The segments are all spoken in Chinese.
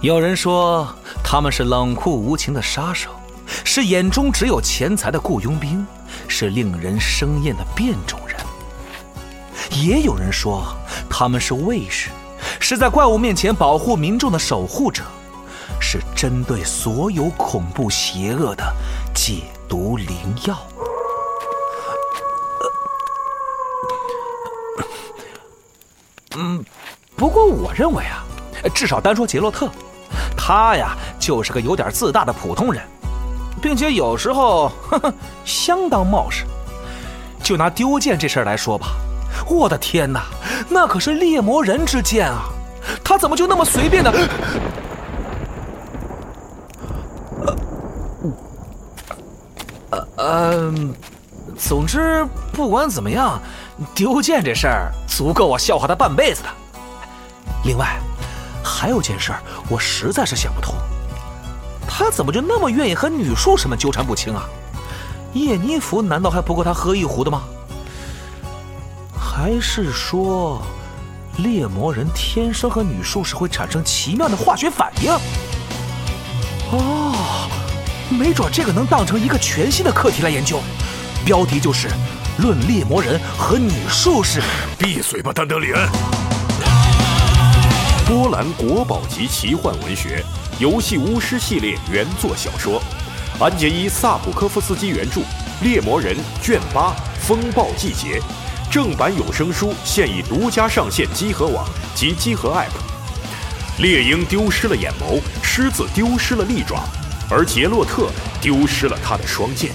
有人说他们是冷酷无情的杀手，是眼中只有钱财的雇佣兵，是令人生厌的变种人。也有人说他们是卫士，是在怪物面前保护民众的守护者，是针对所有恐怖邪恶的解毒灵药。呃嗯不过我认为啊，至少单说杰洛特，他呀就是个有点自大的普通人，并且有时候 呵呵相当冒失。就拿丢剑这事儿来说吧，我的天哪，那可是猎魔人之剑啊！他怎么就那么随便的？ 呃，嗯、总之不管怎么样，丢剑这事儿足够我笑话他半辈子的。另外，还有件事儿，我实在是想不通，他怎么就那么愿意和女术士们纠缠不清啊？叶妮芙难道还不够他喝一壶的吗？还是说，猎魔人天生和女术士会产生奇妙的化学反应？哦，没准这个能当成一个全新的课题来研究，标题就是“论猎魔人和女术士”。闭嘴吧，丹德里恩！波兰国宝级奇幻文学《游戏巫师》系列原作小说，安杰伊·萨普科夫斯基原著《猎魔人》卷八《风暴季节》，正版有声书现已独家上线集合网及集合 App。猎鹰丢失了眼眸，狮子丢失了利爪，而杰洛特丢失了他的双剑，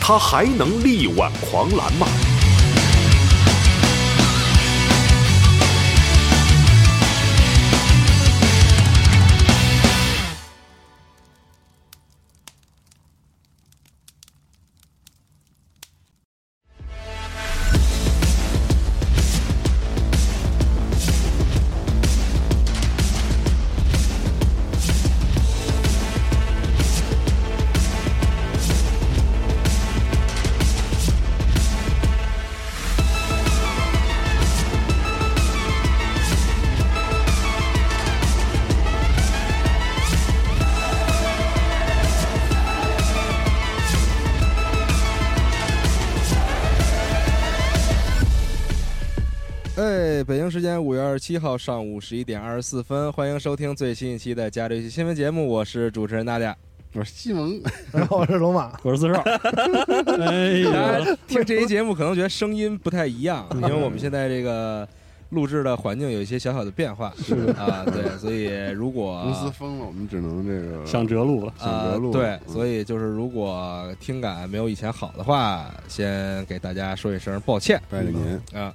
他还能力挽狂澜吗？哎，北京时间五月二十七号上午十一点二十四分，欢迎收听最新一期的《加州新闻节目》，我是主持人娜姐。我说西蒙，啊然后我是龙马，我是四少。哎大呀，家听这期节目可能觉得声音不太一样， 因为我们现在这个录制的环境有一些小小的变化，是啊，对，所以如果公司封了，我们只能这个想折路了，想啊着录，对，所以以就是如果听感没有以前好的话，先给大家说一声抱歉拜个 年，啊。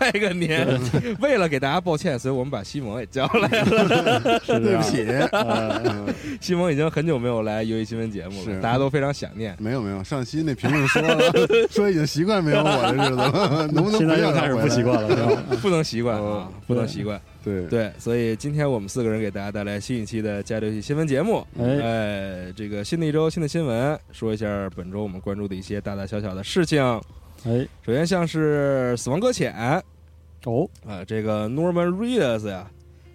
拜个年， 为了给大家抱歉，所以我们把西蒙也叫来了。是这对样不。起， 呃西蒙已经很久没有来游戏新闻节目了，是大家都非常想念。没有没有，上期那评论说了，说已经习惯没有我的日子 了，能不能现在不要又他开始回来不习惯？了，是吧？不能习惯啊哦，不能习惯。对，对，所以今天我们四个人给大家带来新一期的《加州系新闻节目》。哎，哎，这个新的一周新的新闻，说一下本周我们关注的一些大大小小的事情。哎，首先像是《死亡搁浅》哦，啊，这个 Norman Reedus 呀，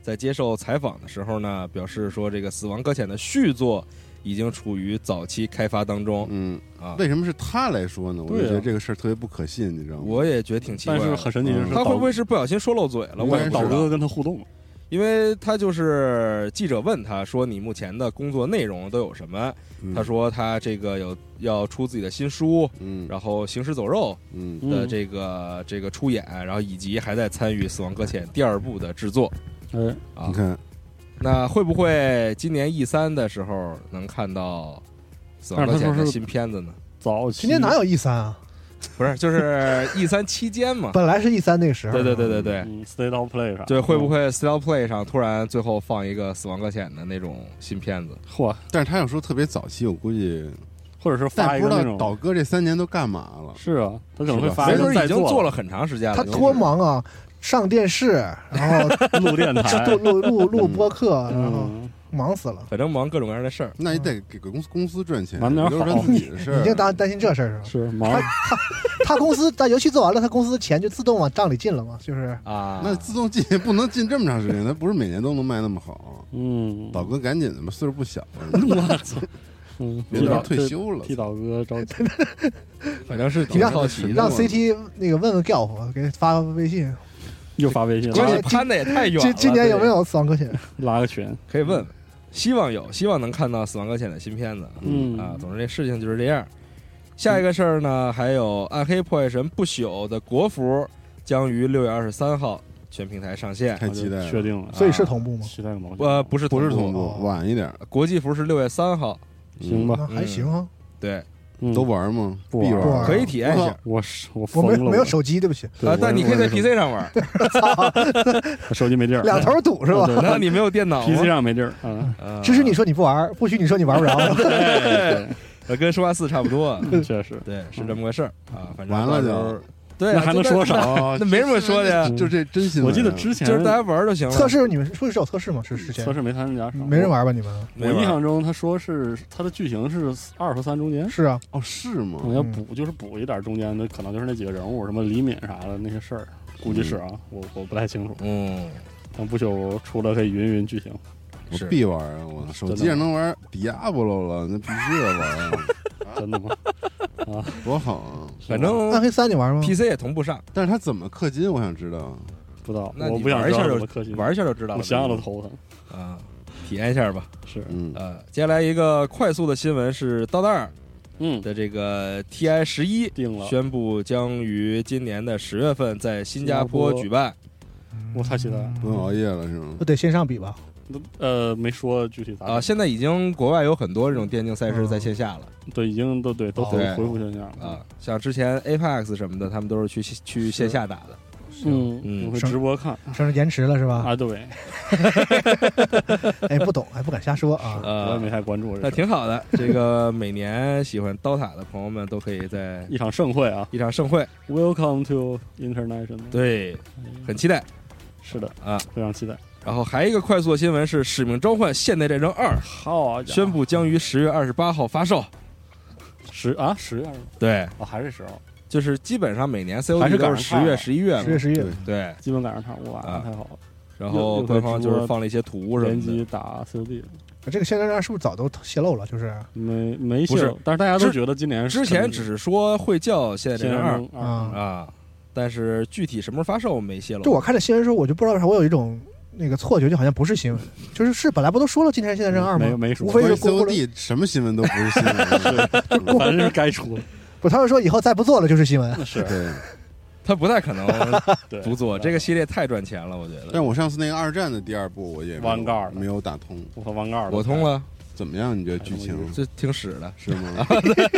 在接受采访的时候呢，表示说这个《死亡搁浅》的续作已经处于早期开发当中嗯，啊。为什么是他来说呢？我就对啊觉得这个事儿特别不可信，你知道吗？我也觉得挺奇怪但的，是很神奇的嗯是，他会不会是不小心说漏嘴了？应我该也啊是不导知道哥，跟他互动了？因为他就是记者问他说：“你目前的工作内容都有什么？”嗯他，说他这个有要出自己的新书，嗯然后《行尸走肉》嗯的嗯，这个这个出演，然后以及还在参与《死亡搁浅》第二部的制作。哎，啊你看，那会不会今年 E 三的时候能看到《死亡搁但浅是》他的说是新片子呢？早期今天哪有 E 三啊？不是，就是 E 三期间 嘛。本来是 E 三那个时候，对对对对对，嗯 State of Play 啥？对，会不？会 Still Play 上突然最后放一个《死亡搁浅》的那种新片子？嗯嚯，但是他要说特别早期，我估计，或者是发但一不个知那道种？倒哥这三年都干嘛了？是啊，他可能会是吧发没一个准在已经做做了很长时间了。他就是多忙啊，上电视，然后录电台， 录录录录嗯播客，然后嗯，忙死了。反正忙各种各样的事儿。那也得给公司公司赚钱，晚嗯点不就是他好自己的事你儿。就担担心这 事儿是吧？是忙他他公司在游戏做完了，他公司的钱就自动往账里进了嘛，就是啊，那自动进也不能进这么长时间，那不是每年都能卖那么好。嗯，导哥赶紧的吧，岁数不小了， 我操，嗯，别替到导退休了替导哥着急，反正是你挺让好奇的。让我 CT 那个问问 Gelf，给发微信，又发微信关今键年了，啊攀的也太远了。今今年有对没有死亡搁浅？拉个群，可以问问，希望有，希望能看到《死亡搁浅》的新片子。嗯啊，总之这事情就是这样。下一个事儿呢，还有《暗黑破坏神不朽》的国服将于六月二十三号全平台上嗯线。太期待确了。定了，所以是同步吗？ 期待个毛线，呃，不是啊不是同同步，步，晚一点。嗯国际服是六月三号。行吧，那还行啊，对，嗯都玩吗？不必玩不玩可以体验一下我啊我是我我疯没了，嗯没有手机，对不起，对啊我，但你可以在 PC 上 玩，我手机没地儿，两头堵是吧？难道你没有电脑 PC 吗？上没地儿 啊，啊只许你说你不玩儿，不许你说你玩不着。嗯对， 呃跟《生化四》差不多。对确实，对，是这么个事儿啊。反正完了就到时候对啊， 那还能就说啥？？那没什么说的呀哦就这真嗯心。啊我记得 之前就是大家玩儿就行了。测试你们说是有测试吗？是之前测试没参加，没人。玩吧？你们我没玩印儿象中他说是他的剧情是二和三中间，是啊，哦，是吗可？能要补就是补一点中间的，可能就是那几个人物什么李敏啥的那些事儿，估计是啊，我我不太清楚。嗯，等不朽出了可以云云剧情，我是必玩啊！我手机上能玩 Diablo 了，那必须得玩啊，真的吗？啊，多好啊！反暗正黑三你玩吗？ PC 也同步上，但是他怎么氪金，我想知道。 不知道，那我你不想玩一下知道就怎么氪金玩一下就知道嗯了。我想想都头疼。啊，体验一下吧。是，嗯，呃，接下来一个快速的新闻是，刀蛋儿嗯，的这个 TI 十一定了，宣布将于今年的十月份在新加坡新加坡举办。嗯我太期待嗯了。不用熬夜了是吗 不？得线上比吧？呃，没说具体咋啊，现在已经国外有很多这种电竞赛事在线下了对，已经都对都回对恢复线下了。哦啊，像之前 Apex 什么的，他们都是去去线下打的。嗯嗯，我会直播看算是延迟了是吧？啊，对，哎，不懂，还不敢瞎说啊。我也呃没，太关注那这事儿。挺好的。这个每年喜欢刀塔的朋友们都可以在一场盛会啊一场盛会， ，Welcome to International。，嗯对，很期待是的啊。非常期待。然后还有一个快速的新闻是，《使命召唤：现代战争二》好家伙，宣布将于十月二十八号发售。十啊十月二十对，哦，还是十号，就是基本上每年 COD 还是赶啊都是上十趟月、了十一月嘛十月十一月对对，基本赶上场，哇，啊太好了！然后又官方就又在直是播放了一些图什联么机的。打 COD 这个线上是不是早都泄露了？就是啊没没不是信儿但是大家都之觉得今年是之前只是说会叫《现代现战在争二二啊，》啊，但是具体什么时候发售没泄就露。我看这新闻的时候，我就不知道为啥我有一种那个错觉，就好像不是新闻，就是是本来不都说了今天是现在任二没吗？没说无非关是于公布了， COD 什么新闻都不是新 闻，反正是该 出的，不，他们说以后再不做了就是新闻。那是对。他不太可能对 不做这个系列太赚钱了，我觉得。但我上次那个二战的第二部，我也没有 Vanguard 没有打通，我和王盖儿的，我通了，怎么样？你觉得剧哎情这挺屎的。是吗？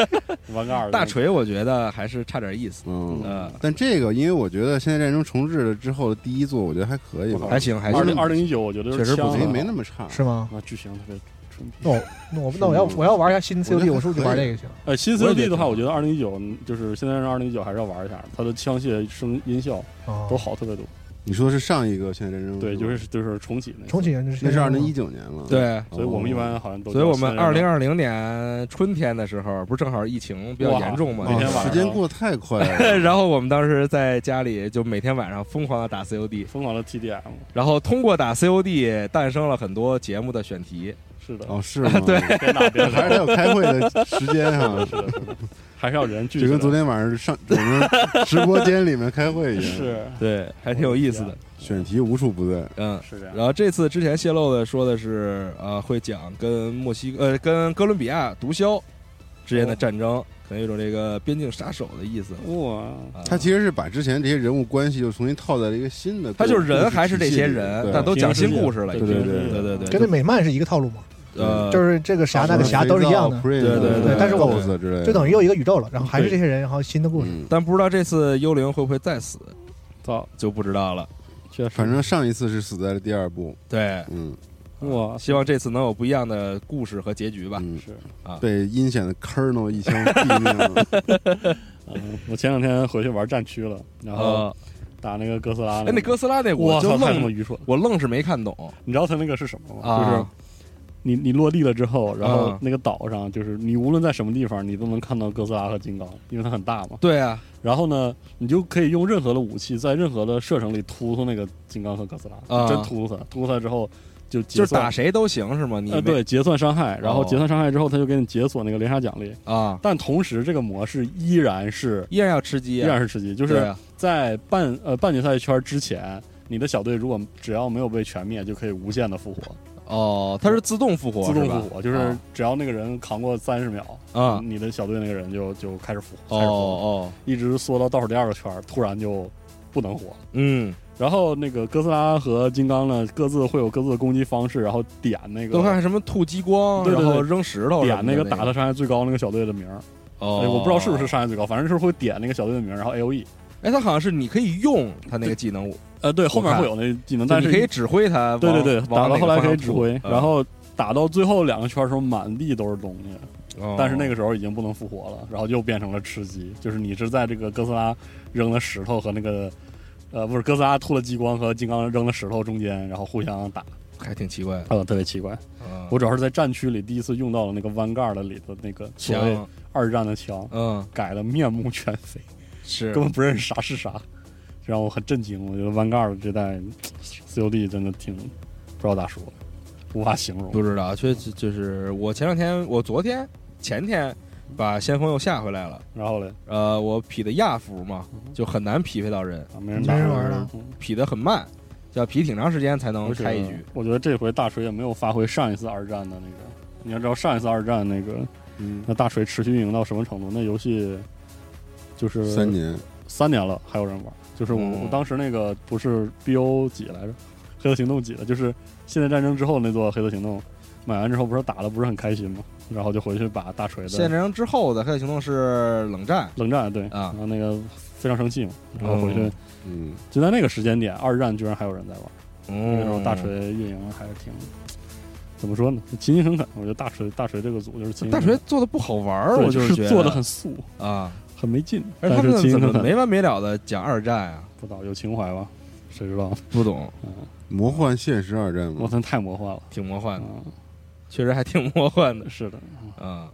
王盖儿的大锤我觉得还是差点意思，嗯。嗯，但这个，因为我觉得《现代战争》重置了之后的第一作，我觉得还可以吧，还行还二行零。二零一九，我觉得确实不枪错没啊没那么差。是吗？啊，剧情特别纯那粹。我 那我那我要我要玩一下新我觉 COD，得我是不是就玩这个行？呃，新我也觉 COD 得的话，挺我觉得二零一九就是现在是二零一九，还是要玩一下，它的枪械声音效哦都好特别多。你说是上一个《现代嗯战争》对，吗就是就是重启那次重启，人就是那是二零一，九年了。对，哦，所以我们一般好像都所以我们二零二二零年春天的时候，不是正好疫情比较严重嘛哇，那天晚上哦时间过得太快 了。然后我们当时在家里就每天晚上疯狂的打 COD，疯狂的 TDM，然后通过打 COD 诞生了很多节目的选题。是的，哦，是吗？对，边打边还是玩，得有开会的时间哈是。的，是的，还是要人聚就起来。跟昨天晚上上我们直播间里面开会一样，是对，还挺有意思的。 选题无处不在。嗯，是这样，然后这次之前泄露的说的是，呃，会讲跟墨西哥呃跟哥伦比亚毒枭之间的战争，可能有种这个边境杀手的意思。哇，啊他其实是把之前这些人物关系又重新套在了一个新的故，他就是故人事还是体这系些里人，对但都讲新故事了。已对经对对对对对跟那美漫是一个套路嘛，呃，就是这个侠那个侠都是一样的，对对对对但是我子之类的，就等于又一个宇宙了，然后还是对这些人，然后新的故事。嗯但不知道这次幽灵会不会再死操，就不知道了。确实，反正上一次是死在了第二部，对，嗯，哇，希望这次能有不一样的故事和结局吧。嗯是，被阴险的 Colonel 一枪毙命了。嗯，我前两天回去玩战区了，然后呃，打那个哥斯拉，哎，那哥斯拉那我我就操，太他妈愣，愚蠢了。我愣是没看懂你知道他那个是什么吗？啊就是你你落地了之后，然后啊那个岛上就是你无论在什么地方，你都能看到哥斯拉和金刚，因为它很大嘛。对啊，然后呢，你就可以用任何的武器在任何的射程里突突那个金刚和哥斯拉，啊真突突它，突突它之后就就结是打算。谁都行是吗？你呃，没对，结算伤害，然后哦结算伤害之后，它就给你解锁那个连杀奖励。啊，但同时，这个模式依然是依然要吃鸡依啊，然是吃鸡，就对是啊在半呃半决赛圈之前，你的小队如果只要没有被全灭，就可以无限的复活，哦，它是自动复活，自动是吧复活，就是只要那个人扛过三十秒，啊，你的小队那个人就就开始复活，哦开始嗯复活，哦，一直缩到倒数第二个圈儿，突然就不能活。嗯，然后那个哥斯拉和金刚呢，各自会有各自的攻击方式，然后点那都看个什么吐激光，对对对然后扔石头什么的，点那个个打他伤害最高那个小队的名儿，哦哎，我不知道是不是伤害最高，反正就是会点那个小队的名儿，然后 A O E。哎，他好像是你可以用他那个技能，呃，对，后面我看会有那技能，就但是你可以指挥他往，对对对，往打到后来可以指挥，然后，后打到最后两个圈的时候，满地都是东西，哦但是那个时候已经不能复活了，然后又变成了吃鸡，就是你是在这个哥斯拉扔了石头和那个。呃，不是哥斯拉吐了激光和金刚扔了石头中间，然后互相打，还挺哦奇怪的，呃，特别奇怪。嗯我主要是在战区里第一次用到了那个弯盖的里头那个所谓枪，二战的枪，嗯，改的面目全非，是根本不认识啥是啥，这让我很震惊。我觉得弯盖的这代 COD 真的挺不知道咋说，无法形容。不知道，确实就是我前两天，我昨天前天把先锋又下回来了，然后嘞，呃，我匹的亚服嘛，就很难匹配到人，啊，没人没打人玩了嗯匹的很慢，要匹挺长时间才能而且开一局，我觉得这回大锤也没有发挥上一次二战的那个。你要知道上一次二战那个，嗯，那大锤持续运营到什么程度？那游戏就是三年，三年了，还有人玩。就是我、嗯我当时那个不是 BO 几来着，《黑色行动》几的，就是《现代战争》之后那座《黑色行动》，买完之后不是打的不是很开心吗？然后就回去把大锤现的战争之后的黑色行动是冷战，冷战对，啊然后那个非常生气嘛，然后回去、嗯嗯，就在那个时间点，二战居然还有人在玩。那个时候嗯，大锤运营还是挺怎么说呢，勤勤恳恳。我觉得大锤大锤这个组就是勤勤大恳锤恳，做的不好玩儿，对我就就是觉是得做的很素，啊，很没劲，而且他但是勤们勤怎恳么恳，没完没了的讲二战啊？不知道有情怀吧？谁知道？ 不懂，魔幻现实二战我嘛，操，太魔幻了。挺魔幻的，嗯，确实还挺魔幻的是的，啊。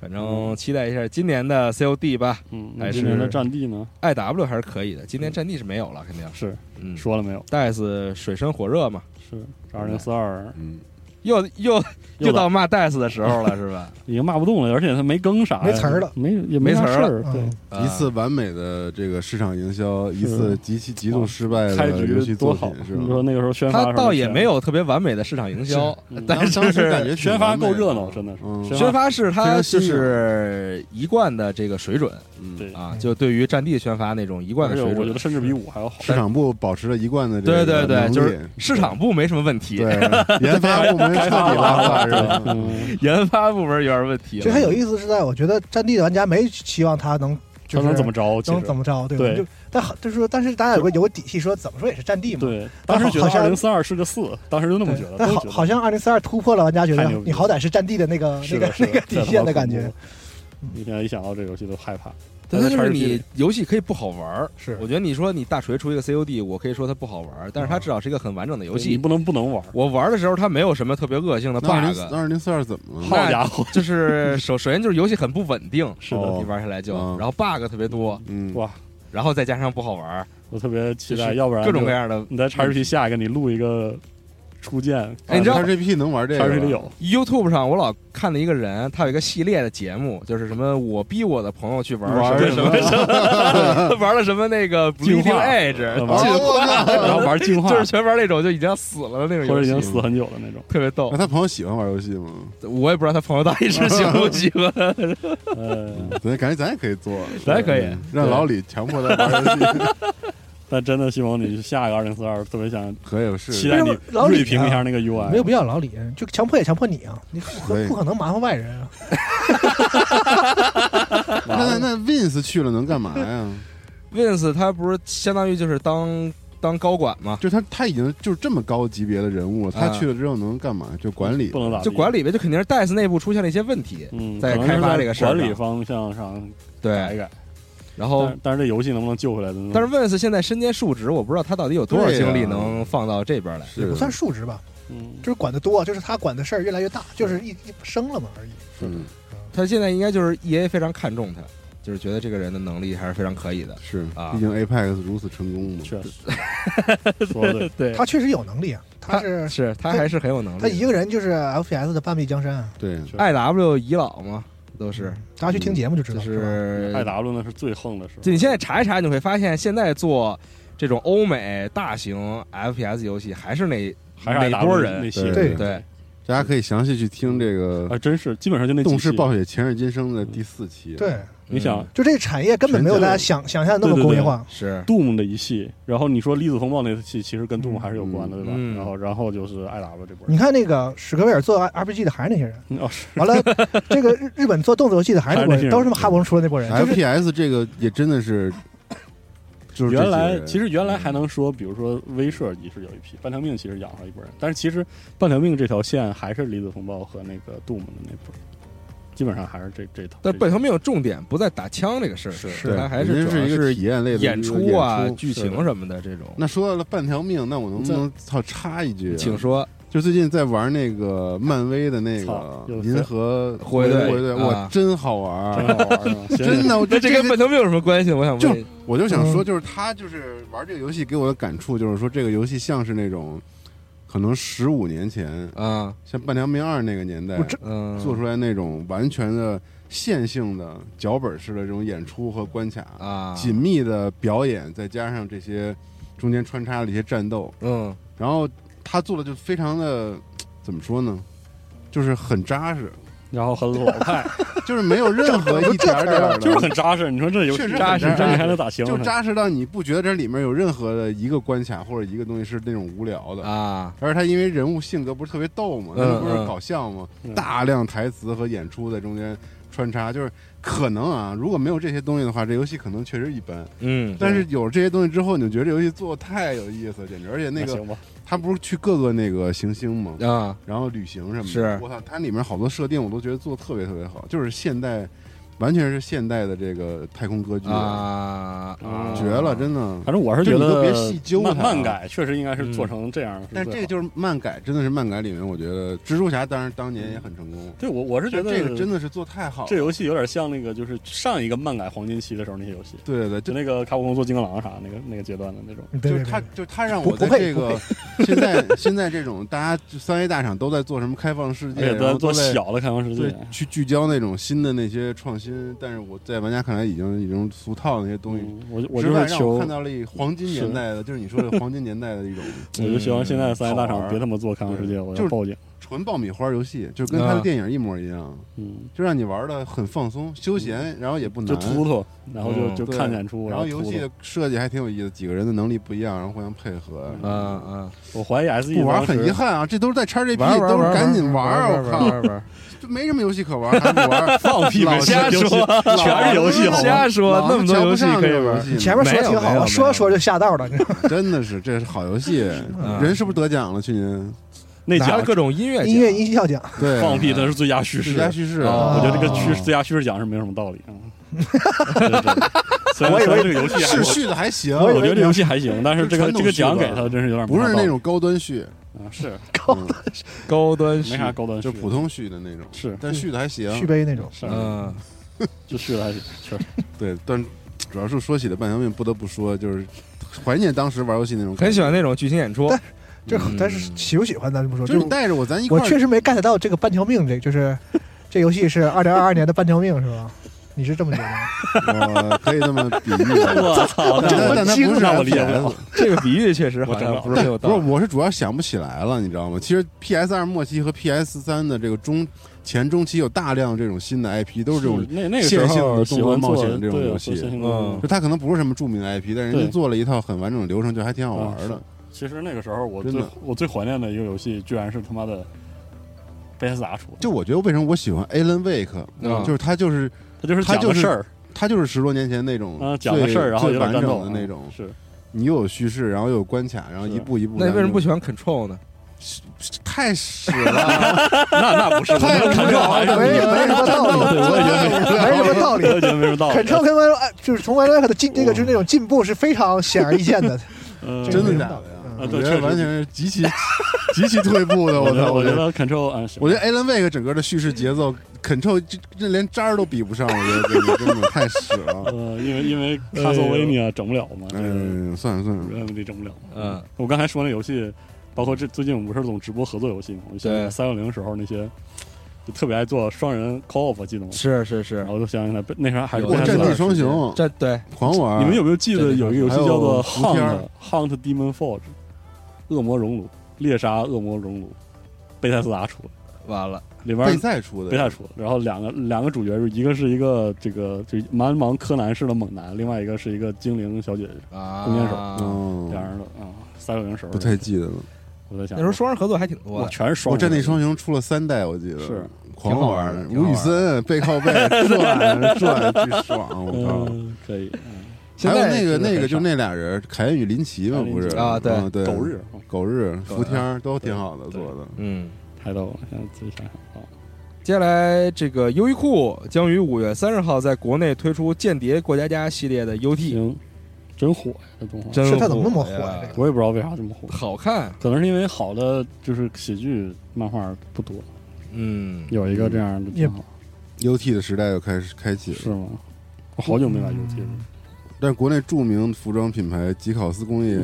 反正期待一下今年的 COD 吧嗯，还那今年是的战地呢？ ，IW 还是可以的。今年战地是没有了，肯定是嗯，说了没有？ DICE 水深火热嘛，是二零四二嗯，又又又又到到骂 DICE 的时候了，是吧？已经骂不动了，而且他没更啥呀，没词儿了没也没啥词事儿了儿，对嗯，啊一次完美的这个市场营销，一次极其极度失嗯败开的游戏局作多好。品是你说吧？那个时候宣发他的时候倒也宣没有特别完美的市场营销嗯，但当当时感是觉挺宣发完美够热闹真的是嗯宣宣发是非他常欣就赏是一贯的这个水准嗯对啊，就对于战地宣发那种一贯而的且嗯水我觉准得，甚至比五还要好。市场部保持了一贯的这对个对对，能就力是市场部没什么问题，对研发部门彻底拉胯是 吧？ 嗯， 研发部门有点问题了。其实很有意思是在，我觉得战地的玩家没期望他能就他是能怎么着？其能实怎么着，对吧？对就但好就是说，但是大家有个有个底气，说怎么说也是战地嘛。对，当时觉得好像二零四二是个四，当时就那对，么觉得，但都好觉得好像二零四二突破了玩家觉太得牛逼你好歹是战地的那个那是个的是那的个底线的感。这他觉妈恐，怖你现在一想到这游戏都害怕。但是还是你游戏可以不好玩儿，是我觉得你说你大锤出一个 COD，我可以说它不好玩儿，但是它至少是一个很完整的游啊你戏。不能不能玩。我玩儿的时候它没有什么特别恶性的那二 bug，零二零四二怎么了？好家伙， 就是首首先就是游戏很不稳定，是的你玩下来就，哦嗯然后 bug 特别多，嗯，哇，然后再加上不好玩儿，我特别期就待，是要不然各种各就样的。你在 XGP 下一个，你录一个初见，啊哎你知道 XGP 能玩这个 XGP 吧？有 YouTube 上我老看的一个人，他有一个系列的节目，就是什么我逼我的朋友去玩儿玩儿什么什么 玩了什么那个 Bleeding 进化 Edge，嗯进玩哦我靠然后玩进化，哎就是全玩那种就已经要死了的那种或者游已经戏，死很久的那种。特别逗啊那。他朋友喜欢玩游戏吗？我也不知道他朋友到底是喜不喜欢，呃，咱感觉咱也嗯可以做， 嗯咱也可以让老李强迫他玩游戏，但真的，西蒙，你下一个二零四二，特别想 可以我试期试。待你为什么老李啊锐评一下那个 UI，没有必要老李，就强迫也强迫你啊，你不可 可以不可能麻烦外人啊。那那那 Vince 去了能干嘛呀？ Vince 他不是相当于就是当当高管嘛，就他他已经就是这么高级别的人物了，他啊去了之后能干嘛？就管理不，能咋地就管理呗，就肯定是 DICE 内部出现了一些问题，嗯，在可能是开发在这个事儿哦管理上方向上改一对，改。然但后是但是这游戏能不能救回来的？但是 Vince 现在身兼数职，我不知道他到底有多少精力能放到这边来，是不算数值吧，嗯，就是管得多，就是他管的事儿越来越大，就是一一升了嘛而已。嗯，他现在应该就是 E A 非常看重他，就是觉得这个人的能力还是非常可以的。是啊，毕竟 Apex 如此成功嘛，确实说的对，对，他确实有能力啊，他是是他还是很有能力的。他一个人就是 FPS 的半壁江山啊，对， I W 遗老嘛，都是大家去嗯听节目就知就道。吧是艾达路那是最横的时候。就你现在查一查，你会发现现在做这种欧美大型 FPS 游戏还是那还是艾达那路波那人，些对对，大家可以详细去听这个嗯啊， 《真是基本上就那几动视期暴雪前世今生》的第四期，对，你嗯想就这个产业根本没有大家想想象的那么工业化。是 Doom 的一系，然后你说离子风暴那期其实跟 Doom 还是有关的，对吧？嗯然后然后就是艾达路这波你人，看那个史克威尔做 RPG 的还是那些人，哦是完了这个日日本做动作游戏的还是那波还是那些人人，都是他们哈勃出的那波啊人，就是 FPS 这个也真的是，就是这原几个来人嗯其实原来还能说，比如说威慑也是有一批，半条命其实养上一波人，但是其实半条命这条线还是离子风暴和那个杜姆的那波，基本上还是这这套。但这本条命重点不在打枪这个事儿，是它还人是家主要是一个是体验类的演一个出啊、演出剧情什么的这种。那说到了半条命，那我能不能操插一句、啊？请说，就最近在玩那个漫威的那个操又银河护卫队护卫队，啊哇，真好玩真儿！好玩 是吧？真的，我那这跟个本条命有什么关系？我想就问，我就想说，就是他就是玩这个游戏给我的感触，就是说这个游戏像是那种可能十五年前，啊，像《半条命二》那个年代我真嗯，做出来那种完全的线性的脚本式的这种演出和关卡，啊，紧密的表演，再加上这些中间穿插的一些战斗，嗯然后他做的就非常的怎么说呢，就是很扎实，然后很老派， 就是没有任何一点儿点儿的， 就是很扎实。你说这游确戏实很扎实，扎实这你还能咋形就容它？扎实到你不觉得这里面有任何的一个关卡或者一个东西是那种无聊的。啊，而且他因为人物性格不是特别逗嘛，嗯他不是搞笑嘛，嗯大量台词和演出在中间穿插，就是可能啊，如果没有这些东西的话，这游戏可能确实一般。嗯，但是有了这些东西之后，你就觉得这游戏做的太有意思了，简直！而且那个行吧，他不是去各个那个行星嘛，啊，然后旅行什么的。是我操，它里面好多设定我都觉得做的特别特别好，就是现代，完全是现代的这个太空歌剧，啊啊，嗯绝了，真的。反正我是觉就你得都别细究它漫啊漫改确实应该嗯是做成这样。但是这个是最就好是漫改，真的是漫改里面，我觉得蜘蛛侠当然当年也很成功，对我我是觉得但这个真的是做太好了。这游戏有点像那个就是上一个漫改黄金期的时候那些游戏，对对对，就就那个卡普空做金刚狼啊啥那个那个阶段的那种。对就是对他对，就是他让不我在不配这个现在现在这种大家就三 A 大厂都在做什么开放世而界，且然后咱哎都做在小的开放世哎对界，去聚焦那种新的那些创新，但是我在玩家看来已经已经俗套的那些东西。嗯我我之就外是让我求看到了一黄金年代的，就是你说的黄金年代的一 种我就希望现在三 A 大嗯好厂玩别他妈做开放世界，我要报警。纯爆米花游戏，就跟他啊的电影一模一样，嗯，就让你玩的很放松、休闲，然后也不难就。啊突突，然后嗯就就对看演出，然后后突游戏突。的设计还挺有意思，几个人的能力不一样，然后互相配合。嗯啊啊，我怀疑 S E，不玩很遗，憾啊，这都是在叉 GP，玩玩都是玩，赶紧玩啊！我靠，玩 玩，就没什么游戏可玩，还不玩 放屁吧，老瞎游戏说， 全是游戏好吗？瞎说，那么多游戏可以玩，你前面说的挺没有没好，有我说着说着就下道了，你知道吗真的是这是好游戏。 嗯人是不是得奖了？去年那拿奖了各种音乐音乐音效奖，对， 放屁，那是最佳叙最事。佳叙事啊我觉得这个哦叙最佳叙事奖是没有什么道 理。嗯对对对虽然虽然这个游戏还是我续的还行，我觉得这游戏还行，但是这个传统这个奖序给吧他真是有点没不啥是道那理种高端续，啊是嗯高端没啥高端就叙，普通续的那种，是但续的还行。续杯那种。是啊嗯就叙了还行，确实。对，但主要是说起的半条命，不得不说就是怀念当时玩游戏那种感觉，很喜欢那种剧情演出，这嗯但是喜不喜欢咱就不说，就是就你带着我，咱一块我儿确实没 get 到这个半条命，这 就是这游戏是二零二二年的半条命是吧？你是这么觉得 吗？我可以这么比喻但 我操，那但它不是那我理解不 FPS 了。这个比喻确实好像不是很有不是，道理。我是主要想不起来了，你知道吗？其实 PS 二末期和 PS 三的这个中前中期有大量这种新的 IP，都是这种，那那个时线性候的喜动欢作冒做险这种对游做戏线性动作嗯就它可能不是什么著名的 IP，但是人对家做了一套很完整的流程，就还挺好玩的啊。其实那个时候我真最的我最怀念的一个游戏，居然是他 妈的贝斯达出的，就我觉得为什么我喜欢 Alan Wake，、嗯就是他就是他就是他讲就个是事儿，他就是十多年前那种啊，最讲个事儿，然后最有点完战整斗的那种， 是你又有叙事，然后又有关卡，然后是一步一步。那你为什么不喜欢 Control 呢？太屎了？那那不是，太我无看这聊玩意了，儿没没没什么道理对，我也觉得没没什么道理我。也觉得没什么道理，肯特跟 Y 哎，就是从 Y Y 的进那个就是那种进步是非常显而易见的。嗯这真个的没假道的理呀嗯？啊我对觉确得实完全是极其 极其退步的，我我觉得操！我我觉觉得，得 Control 嗯，行我觉得 Alan Wake 整个的叙事节奏，Control 这这连渣儿都比不上，我觉得这个根本太屎了。呃，因为因为哎 Castlevania 整不了嘛，这个嗯，算了算了， Remedy 整不了。嗯，我刚才说那游戏，包括这最近我们不是总直播合作游戏嘛，我就想对起三六零时候那些就特别爱做双人 co-op 技能，是是是然，后就想起来被那时候还是有被哇，他战这地段做双雄这对狂玩，你们有没有记得有一个游戏叫做还有 Hunt Hunt Demon Forge，恶魔熔炉，猎杀恶魔熔炉，贝塞斯达出的，完了，里边备赛出的贝？塔楚，然后两个两个主角，一个是一个这个就是蛮王柯南式的猛男，另外一个是一个精灵小姐姐，啊，弓箭手嗯，两人的啊，三六零时候不太记得了。我在想那时候双人合作还挺多我的，全是双我人，战地双雄出了三代，我记得是狂挺好玩的玩挺好吴玩宇森背靠背转转，巨爽！我靠。嗯可以还有那个现在那个很少就那俩人，凯恩与林奇嘛，不是凯恩与林奇啊对对，嗯狗日啊狗日伏天儿都挺好的对做的。嗯。太逗了，现在自己想想啊，接下来，这个优衣库将于五月三十号在国内推出《间谍过家家》系列的 UT，行，真火呀这动画，真是它怎么那么火火呀呀？我也不知道为啥这么火，好看，可能是因为好的就是喜剧漫画不多，嗯，有一个这样的也挺好， UT 的时代又开始开启是了，吗？我好久没玩游戏了，嗯但国内著名服装品牌吉考斯工业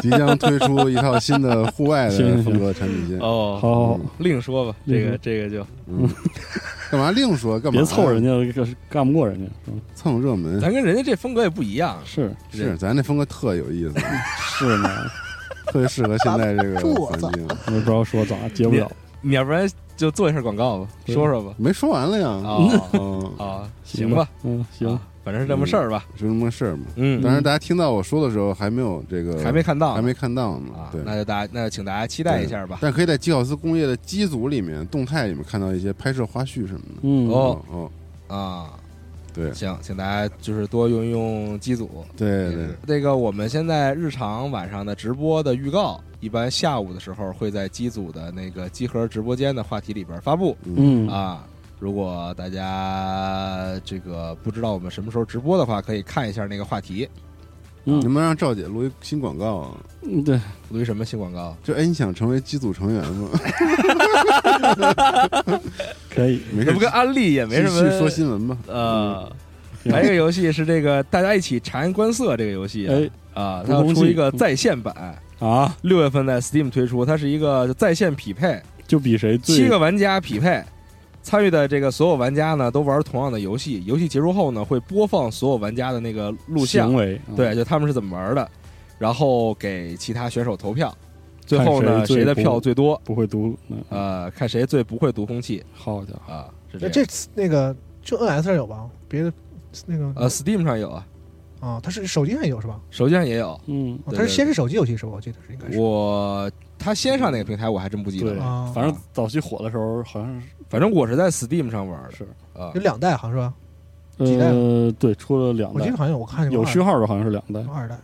即将推出一套新的户外行的行风格产品线。好哦，好好，另说吧，另这说个这个就嗯，干嘛另说？干嘛别凑人家，这是干不过人家，嗯蹭热门？咱跟人家这风格也不一样， 是是咱这风格特有意思，是吗？特别适合现在这个住环境。我也不知道说咋接不了。你要不然就做一下广告吧，对说说吧，没说完了呀？ 啊嗯，啊，行吧，，嗯，行，啊，反正是这么事儿吧，就这么个事儿嘛。嗯当然，大家听到我说的时候，还没有这个，还没看到，还没看到呢啊。，对，那就大家那就请大家期待一下吧，但可以在基奥斯工业的机组里面、动态里面看到一些拍摄花絮什么的。嗯，哦哦，啊，对行，请大家就是多用一用机组，对对，这个我们现在日常晚上的直播的预告，一般下午的时候会在机组的那个机核直播间的话题里边发布嗯，啊。如果大家这个不知道我们什么时候直播的话，可以看一下那个话题。你嗯，们让赵姐录一新广告啊？嗯对，录一什么新广告？就哎，你想成为机组成员 吗？可以，没这事不，跟安利也没继什么续说新闻吧。嗯呃。还有一个游戏是这个大家一起察言观色这个游 戏哎啊，不它要公出一信个嗯在线版，啊，六月份在 Steam 推出，它是一个在线匹配，就比谁最七个玩家匹配，参与的这个所有玩家呢都玩同样的游戏，游戏结束后呢会播放所有玩家的那个录像行，为，啊，对，就他们是怎么玩的，然后给其他选手投票，最后呢看谁谁的最票不最多，不会读，嗯，呃，看谁最不会读空气好家伙，啊，是 这那这样。次那个就 NS 上有吧？别的那个呃，Steam 上有啊，啊，它是手机上有是吧？手机上也有。嗯，哦对它是对先是手机游戏是吧？我记得是应该是。我他先上哪个平台我还真不记得对了，啊，反正早期火的时候好像是反正我是在 Steam 上玩的是，啊有。两代好像是吧？几代呃，对，出了两我记代得，好像有，我看见过有二序号的好像是两代代，二代，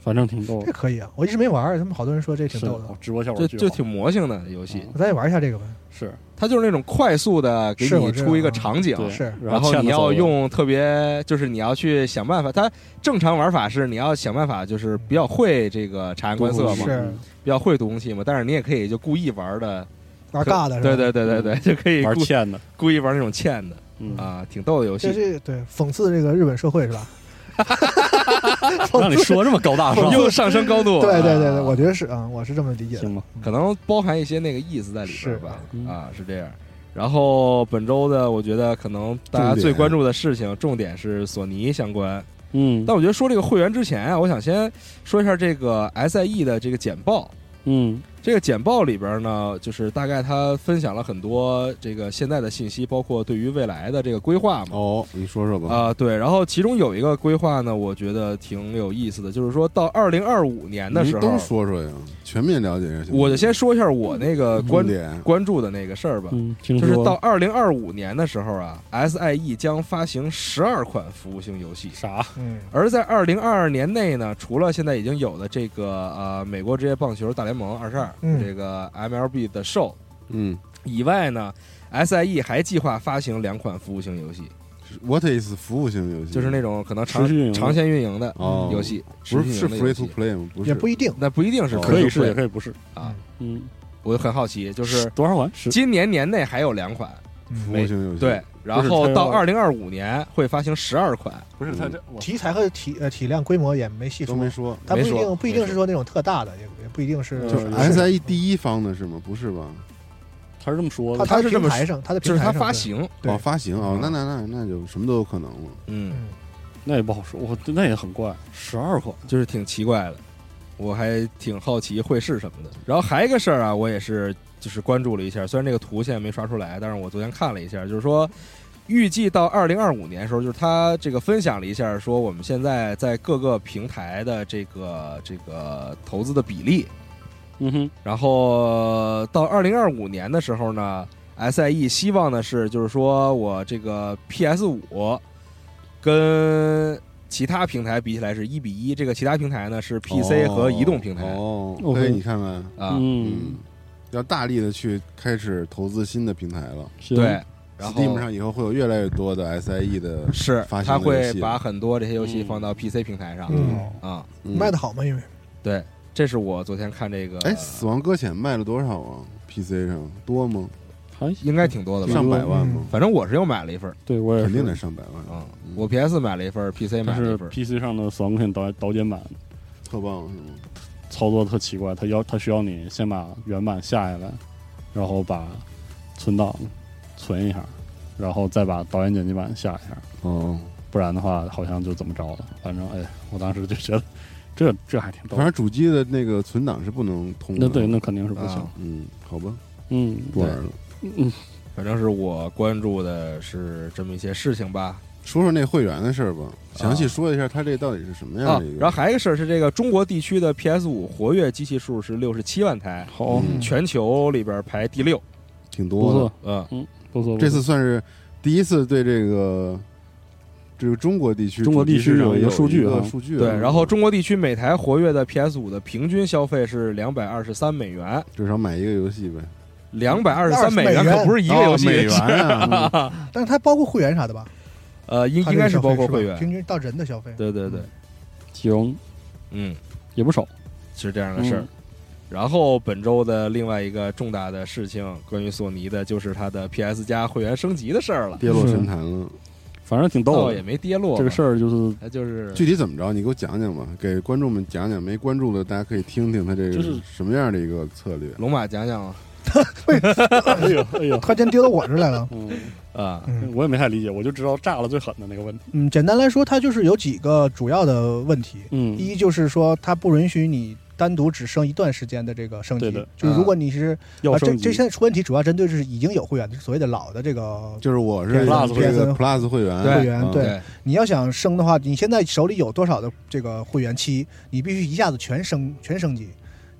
反正挺逗这的，可以啊。我一直没玩儿，他们好多人说这 挺是逗的哦，直播效果就巨就好挺魔性的游戏，嗯我咱也玩一下这个吧。是，它就是那种快速的给是你我知道出一个啊场景，对，是然后欠你啊的要所有的，用特别，就是你要去想办法。它正常玩法是你要想办法，就是比较会这个察言观色读空嘛气，是比较会读空气嘛。但是你也可以就故意玩的玩尬的是吧？对对对对对，就可以嗯玩故欠的，故意玩那种欠的 嗯，啊，挺逗的游这戏。这对讽刺这个日本社会是吧？让你说这么高大上，又上升高度，对对对对，啊我觉得是啊，我是这么理解的。行吧，可能包含一些那个意思在里边是吧嗯，啊，是这样。然后本周的，我觉得可能大家重点最关注的事情，重点是索尼相关。嗯，但我觉得说这个会员之前啊，我想先说一下这个 SIE 的这个简报。嗯这个简报里边呢，就是大概他分享了很多这个现在的信息，包括对于未来的这个规划嘛。哦，你说说吧。啊、对，然后其中有一个规划呢，我觉得挺有意思的，就是说到二零二五年的您时候，都说说呀，全面了解一下行吗。我就先说一下我那个关观嗯点，关注的那个事儿吧。嗯，就就是到二零二五年的时候啊，SIE 将发行十二款服务性游戏，啥，嗯，而在二零二二年内呢，除了现在已经有的这个呃美国职业棒球大联盟二十二嗯这个 MLB 的 Show 嗯，E 以外呢，SIE 还计划发行两款服务性游戏， What is 服务型游戏？就是那种可能长嗯持续运营的长线运营的哦游戏，不持续运是是营的游 free 戏 to play 吗？不是，也不一定。那不一定是哦可以是也 free-to-play 可以不是啊。嗯，我就很好奇，就是多少款？是今年年内还有两款，服务型游戏。对，，然是它后要到二零二五年会发行十二款，不是嗯它这我题材和体呃体量规模也没细都说，没说。它不一没说定不一定是说那种特大的，也也不一定是呃就是嗯 E 是还 SIE 第一方的是吗？不是吧？他是这么说它的，它它是的这么平台上，它的平就是台上它发行，对哦，发行哦，那那那那就什么都有可能了。嗯，那也不好说，我那也很怪，十二款就是挺奇怪的，我还挺好奇会是什么的。然后还有一个事儿啊，我也是就是关注了一下，虽然这个图现在没刷出来，但是我昨天看了一下，就是说。预计到二零二五年的时候，就是他这个分享了一下，说我们现在在各个平台的这个这个投资的比例，嗯哼，然后到二零二五年的时候呢，SIE 希望的是，就是说我这个 PS 五跟其他平台比起来是一比一，这个其他平台呢是 PC 和移动平台、哦，哦 OK 所以你看看，啊，嗯嗯，，要大力的去开始投资新的平台了。行对，然后 Steam 上以后会有越来越多的 SIE 的，是发行他的会游戏把很多这些游戏嗯放到 PC 平台上嗯哦啊，嗯卖的好嘛，因为对，这是我昨天看这个，哎，死亡搁浅卖了多少啊？PC 上多吗？还应该挺多的吧上，百万吗？反正我是又买了一份儿哎对我也肯定的，得上百万啊，嗯我 PS 买了一份儿，PC 但买了是一份儿， PC 上的《死亡搁浅》导导剪版特棒是吗？操作特奇怪，它要它需要你先把原版下下来，然后把存档存一下，然后再把导演剪辑版下一下，哦，不然的话好像就怎么着了。反正哎，我当时就觉得这这还挺逗反。正主机的那个存档是不能通的。那对，那肯定是不行啊。嗯，好吧，嗯，不玩了。嗯，反正是我关注的是这么一些事情吧。说说那会员的事儿吧，啊详细说一下它这到底是什么样啊的一，个？然后还有一个事儿是，这个中国地区的 PS 五活跃机器数是六十七万台，好，嗯全球里边排第六。挺不多错的。，嗯，不错。不错这次算是第一次对这个这个中国地区中国地主区机市场有一有个数据啊一个数据啊对。然后中国地区每台活跃的 PS 五的平均消费是两百二十三美元，至少买一个游戏呗，两百二十三美元元可不是一个游戏哦，美元啊， 嗯但是它包括会员啥的吧？呃，应它应这该个是消费包括是吧会员。平均到人的消费。对对对，行嗯，也不少是这样的事儿嗯。然后本周的另外一个重大的事情，关于索尼的，就是它的 PS 加会员升级的事儿了，跌落神坛了。反正挺逗倒的也。没跌落吧。这个事 儿就是它就是具体怎么着，你给我讲讲吧，给观众们讲讲。没关注的，大家可以听听他这就个是什么样的一个策略。龙马讲讲啊哎呦哎呦，。突然间丢到我这儿来了嗯，啊，嗯我也没太理解，我就知道炸了最狠的那个问题。嗯，简单来说，它就是有几个主要的问题。嗯一就是说，它不允许你单独只升一段时间的这个升级对的，就是如果你是要啊，这升级这现在出问题主要针对是已经有会员的所谓的老的这个就是我是这 Plus 会员个 Plus 会员，对会员嗯，对，你要想升的话，你现在手里有多少的这个会员期，你必须一下子全升全升级。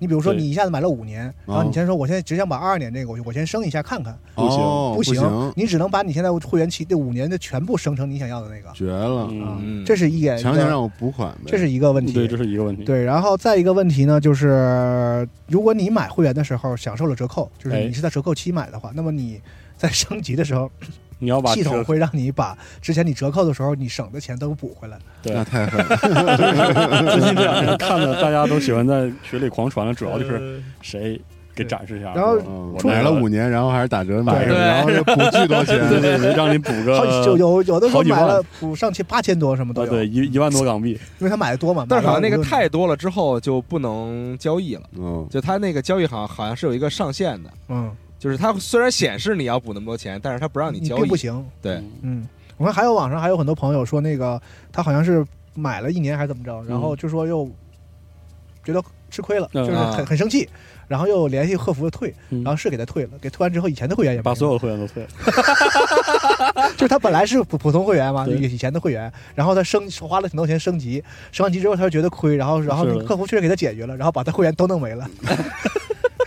你比如说，对嗯你一下子买了五年，然后你先说，我现在只想把二二年这个，我我先升一下看看，不行哦不不行，你只能把你现在会员期这五年的全部升成你想要的那个，绝了，嗯，嗯，这是一点，强行让我补款呗。这是一个问题。对，这是一个问题。对，然后再一个问题呢，就是如果你买会员的时候享受了折扣，就是哎你是在折扣期买的话，那么你在升级的时候，你要把系这统个会让你把之前你折扣的时候你省的钱都补回来。对那太狠了， 最近这两天看的，大家都喜欢在群里狂传的，主要就是谁给展示一下，然后嗯我买了那个五年，然后还是打啊折买对的，然后又补巨多钱，对对对，让你补好几 就个有有的呃时好候几买万了补上去八千多什么都啊，有，对，一一万多港币，因为他买的多嘛。但是好像那买个了太多了之后就不能交易了，嗯，就它那个交易好像好像是有一个上限的，嗯，就是它虽然显示你要补那么多钱，但是它不让你交并易不。行。对，嗯，我看还有网上还有很多朋友说那个他好像是买了一年还是怎么着，然后就说又觉得吃亏了，嗯就是很啊很生气，然后又联系客服退，嗯然后是给他退了，给退完之后以前的会员也没把所有有的会员都退了，了，就是他本来是普普通会员嘛，对以前的会员，然后他升花了很多钱升级，升完级之后他就觉得亏，然后然后是那的个客服确实给他解决了，然后把他会员都弄没了。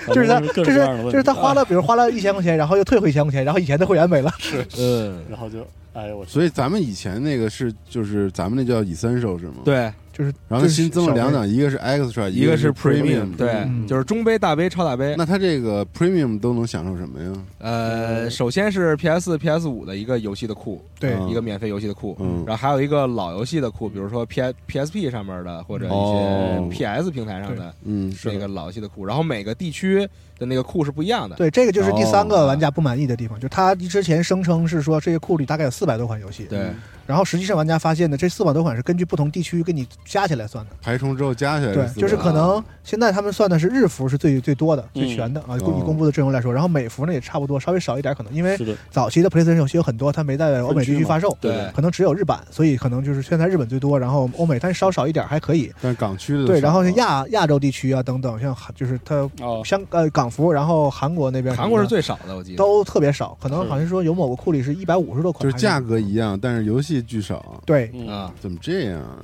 反 就是他，正各种就是各样的问题就是他花，了，比如花了一千块钱，然后又退回一千块钱，然后以前的会员没了。嗯，然后就哎呦我去，所以咱们以前那个是就是咱们那叫以三售是吗？，对，就是然后它就是新增了小两杯档，一个是 Extra，一个个是 Premium。对，嗯就是中杯、大杯、超大杯。那它这个 Premium 都能享受什么呀？呃，首先是 PS、PS 五的一个游戏的库，嗯呃对嗯嗯一个免费游戏的库，嗯然后还有一个老游戏的库，比如说 P PSP 上面的或者哦一些 PS 平台上的嗯，那个老游戏的库，然后每个地区的那个库是不一样的。对，这个就是第三哦个玩家不满意的地方，就他之前声称是说这个库里大概有四百多款游戏，对，然后实际上玩家发现呢，这四百多款是根据不同地区给你加起来算的，排充之后加起来对，四就是百可能现在他们算的是日服是最最多的、最嗯全的啊，以哦公布的阵容来说，然后美服呢也差不多，稍微少一点可能，因为是的，早期的 PlayStation 游戏有很多它没在欧美地区发售，分区嘛对可能只有日版，所以可能就是现在日本最多，然后欧美但是稍少一点还可以，但是港区的对，然后少像亚亚洲地区啊等等，像韩就是它哦，香呃港服，然后韩国那边韩国是最少的，我记得。都特别少，可能好像说有某个库里是一百五十多款，就是价还格一样，但是游戏巨少，对，嗯啊，怎么这样啊？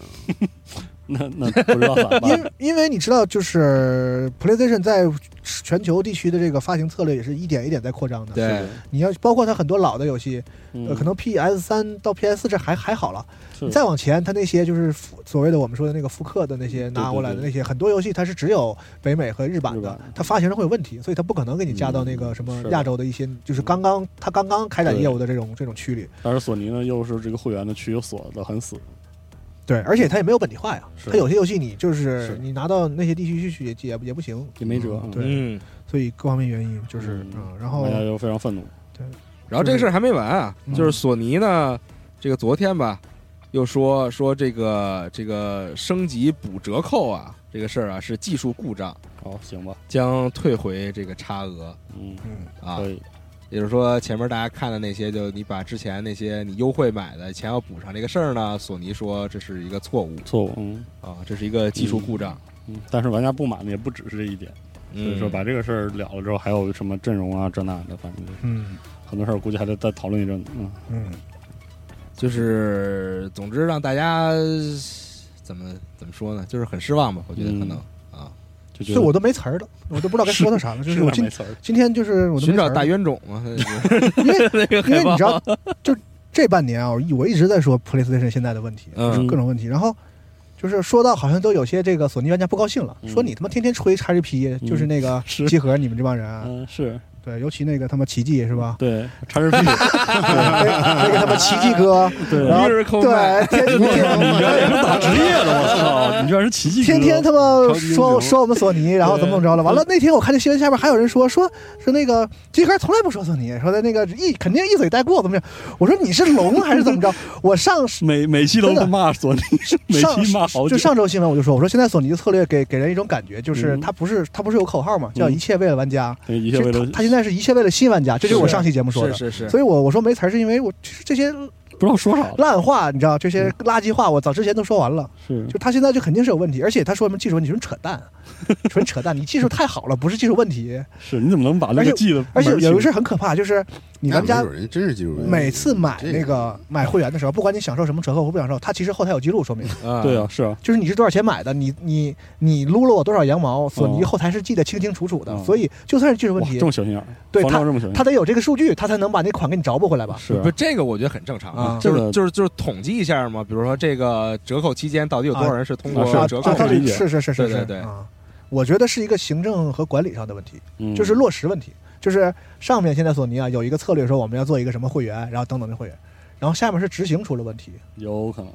那那不知道咋办，因因为你知道，就是 PlayStation 在全球地区的这个发行策略也是一点一点在扩张的。，对，哎你要包括它很多老的游戏，呃嗯可能 PS 三到 PS 四这还还好了，是你再往前，它那些就是复所谓的我们说的那个复刻的那些拿过来的那些很多游戏，它是只有北美和日版日的版，嗯它发行上会有问题，所以它不可能给你加到那个什么是的亚洲的一些就是刚刚它刚刚开展对业务的这种这种区里。但是索尼呢，又是这个会员的区又锁的很死，对，而且它也没有本地化呀，是它有些游戏你就是是你拿到那些地区去也也也不行，也没辙嗯。对嗯，所以各方面原因就是嗯嗯，然后大家又非常愤怒，然后这个事儿还没完啊，嗯就是索尼呢，这个昨天吧，又说说这个这个升级补折扣啊，这个事儿啊是技术故障，好，行吧，将退回这个差额嗯，嗯，啊可。以，也就是说，前面大家看的那些，就你把之前那些你优惠买的钱要补上这个事儿呢，索尼说这是一个错误错误，嗯啊，这是一个技术故障。嗯嗯，但是玩家不满的也不只是这一点，嗯所以说把这个事儿了了之后，还有什么阵容啊这那的，反正就是嗯很多事儿估计还得再讨论一阵子，嗯，嗯，就是，总之让大家怎么怎么说呢，就是很失望吧，我觉得可能、嗯啊，就觉所以得我都没词儿了，我都不知道该说 他啥了。就是是我那没今词儿，今天就是我都没寻词找儿大了，冤种 嘛，因为那个因为海你报知道，就这半年啊，我一我一直在说 PlayStation 现在的问题，嗯就是各种问题，然后。就是说到好像都有些这个索尼玩家不高兴了，嗯说你他妈天天吹 XGP，就是那个是集合你们这帮人啊，嗯，是对，尤其那个他妈奇迹是吧？对，叉 g p 对那个他妈奇迹哥，对然后 Miracle 对 Man 天 天你原来也是打职 业的，我操！你居然是奇迹哥天天他妈超级英说雄说我们索尼，然后怎么怎么着了？完了那天我看这新闻下边还有人说说说那个集合从来不说索尼，说的那个一肯定一嘴带过怎么着？我说你是聋还是怎么着？ 我上每每期都骂索尼，每上期骂好久就，上周新闻我就说，我说现在索尼的策略给给人一种感觉，就是嗯他不是他不是有口号嘛，叫嗯一切为了玩家，对哎一切为了他现在是一切为了新玩家，这就是我是上期节目说的。是是是，所以我我说没词儿是因为我其实这些不知道说啥了，烂话，你知道这些垃圾话，我早之前都说完了。是就他现在就肯定是有问题，而且他说什么技术问题，纯扯淡，纯扯淡。你技术太好了，不是技术问题。是，你怎么能把那而且个记得？而且有一个事儿很可怕，就是你那咱们家没准人真是技术人，每次买这那个个买会员的时候，不管你享受什么折扣或不享受，它其实后台有记录说明，啊对啊，，是啊，就是你是多少钱买的，你你你撸了我多少羊毛，索尼哦后台是记得清清楚楚的。哦所以就算是技术哇问这题，么小心眼儿，对防他撞这么小心眼他儿，得有这个数据，他才能把那款给你找补回来吧。是啊不，这个我觉得很正常啊就这是个就是就是统计一下嘛，比如说这个折扣期间到底有多少人是通过啊啊，折这扣到理底解是是是是对是对对啊，我觉得是一个行政和管理上的问题。嗯就是落实问题，就是上面现在索尼啊有一个策略说我们要做一个什么会员，然后等等的会员，然后下面是执行出了问题，有可能，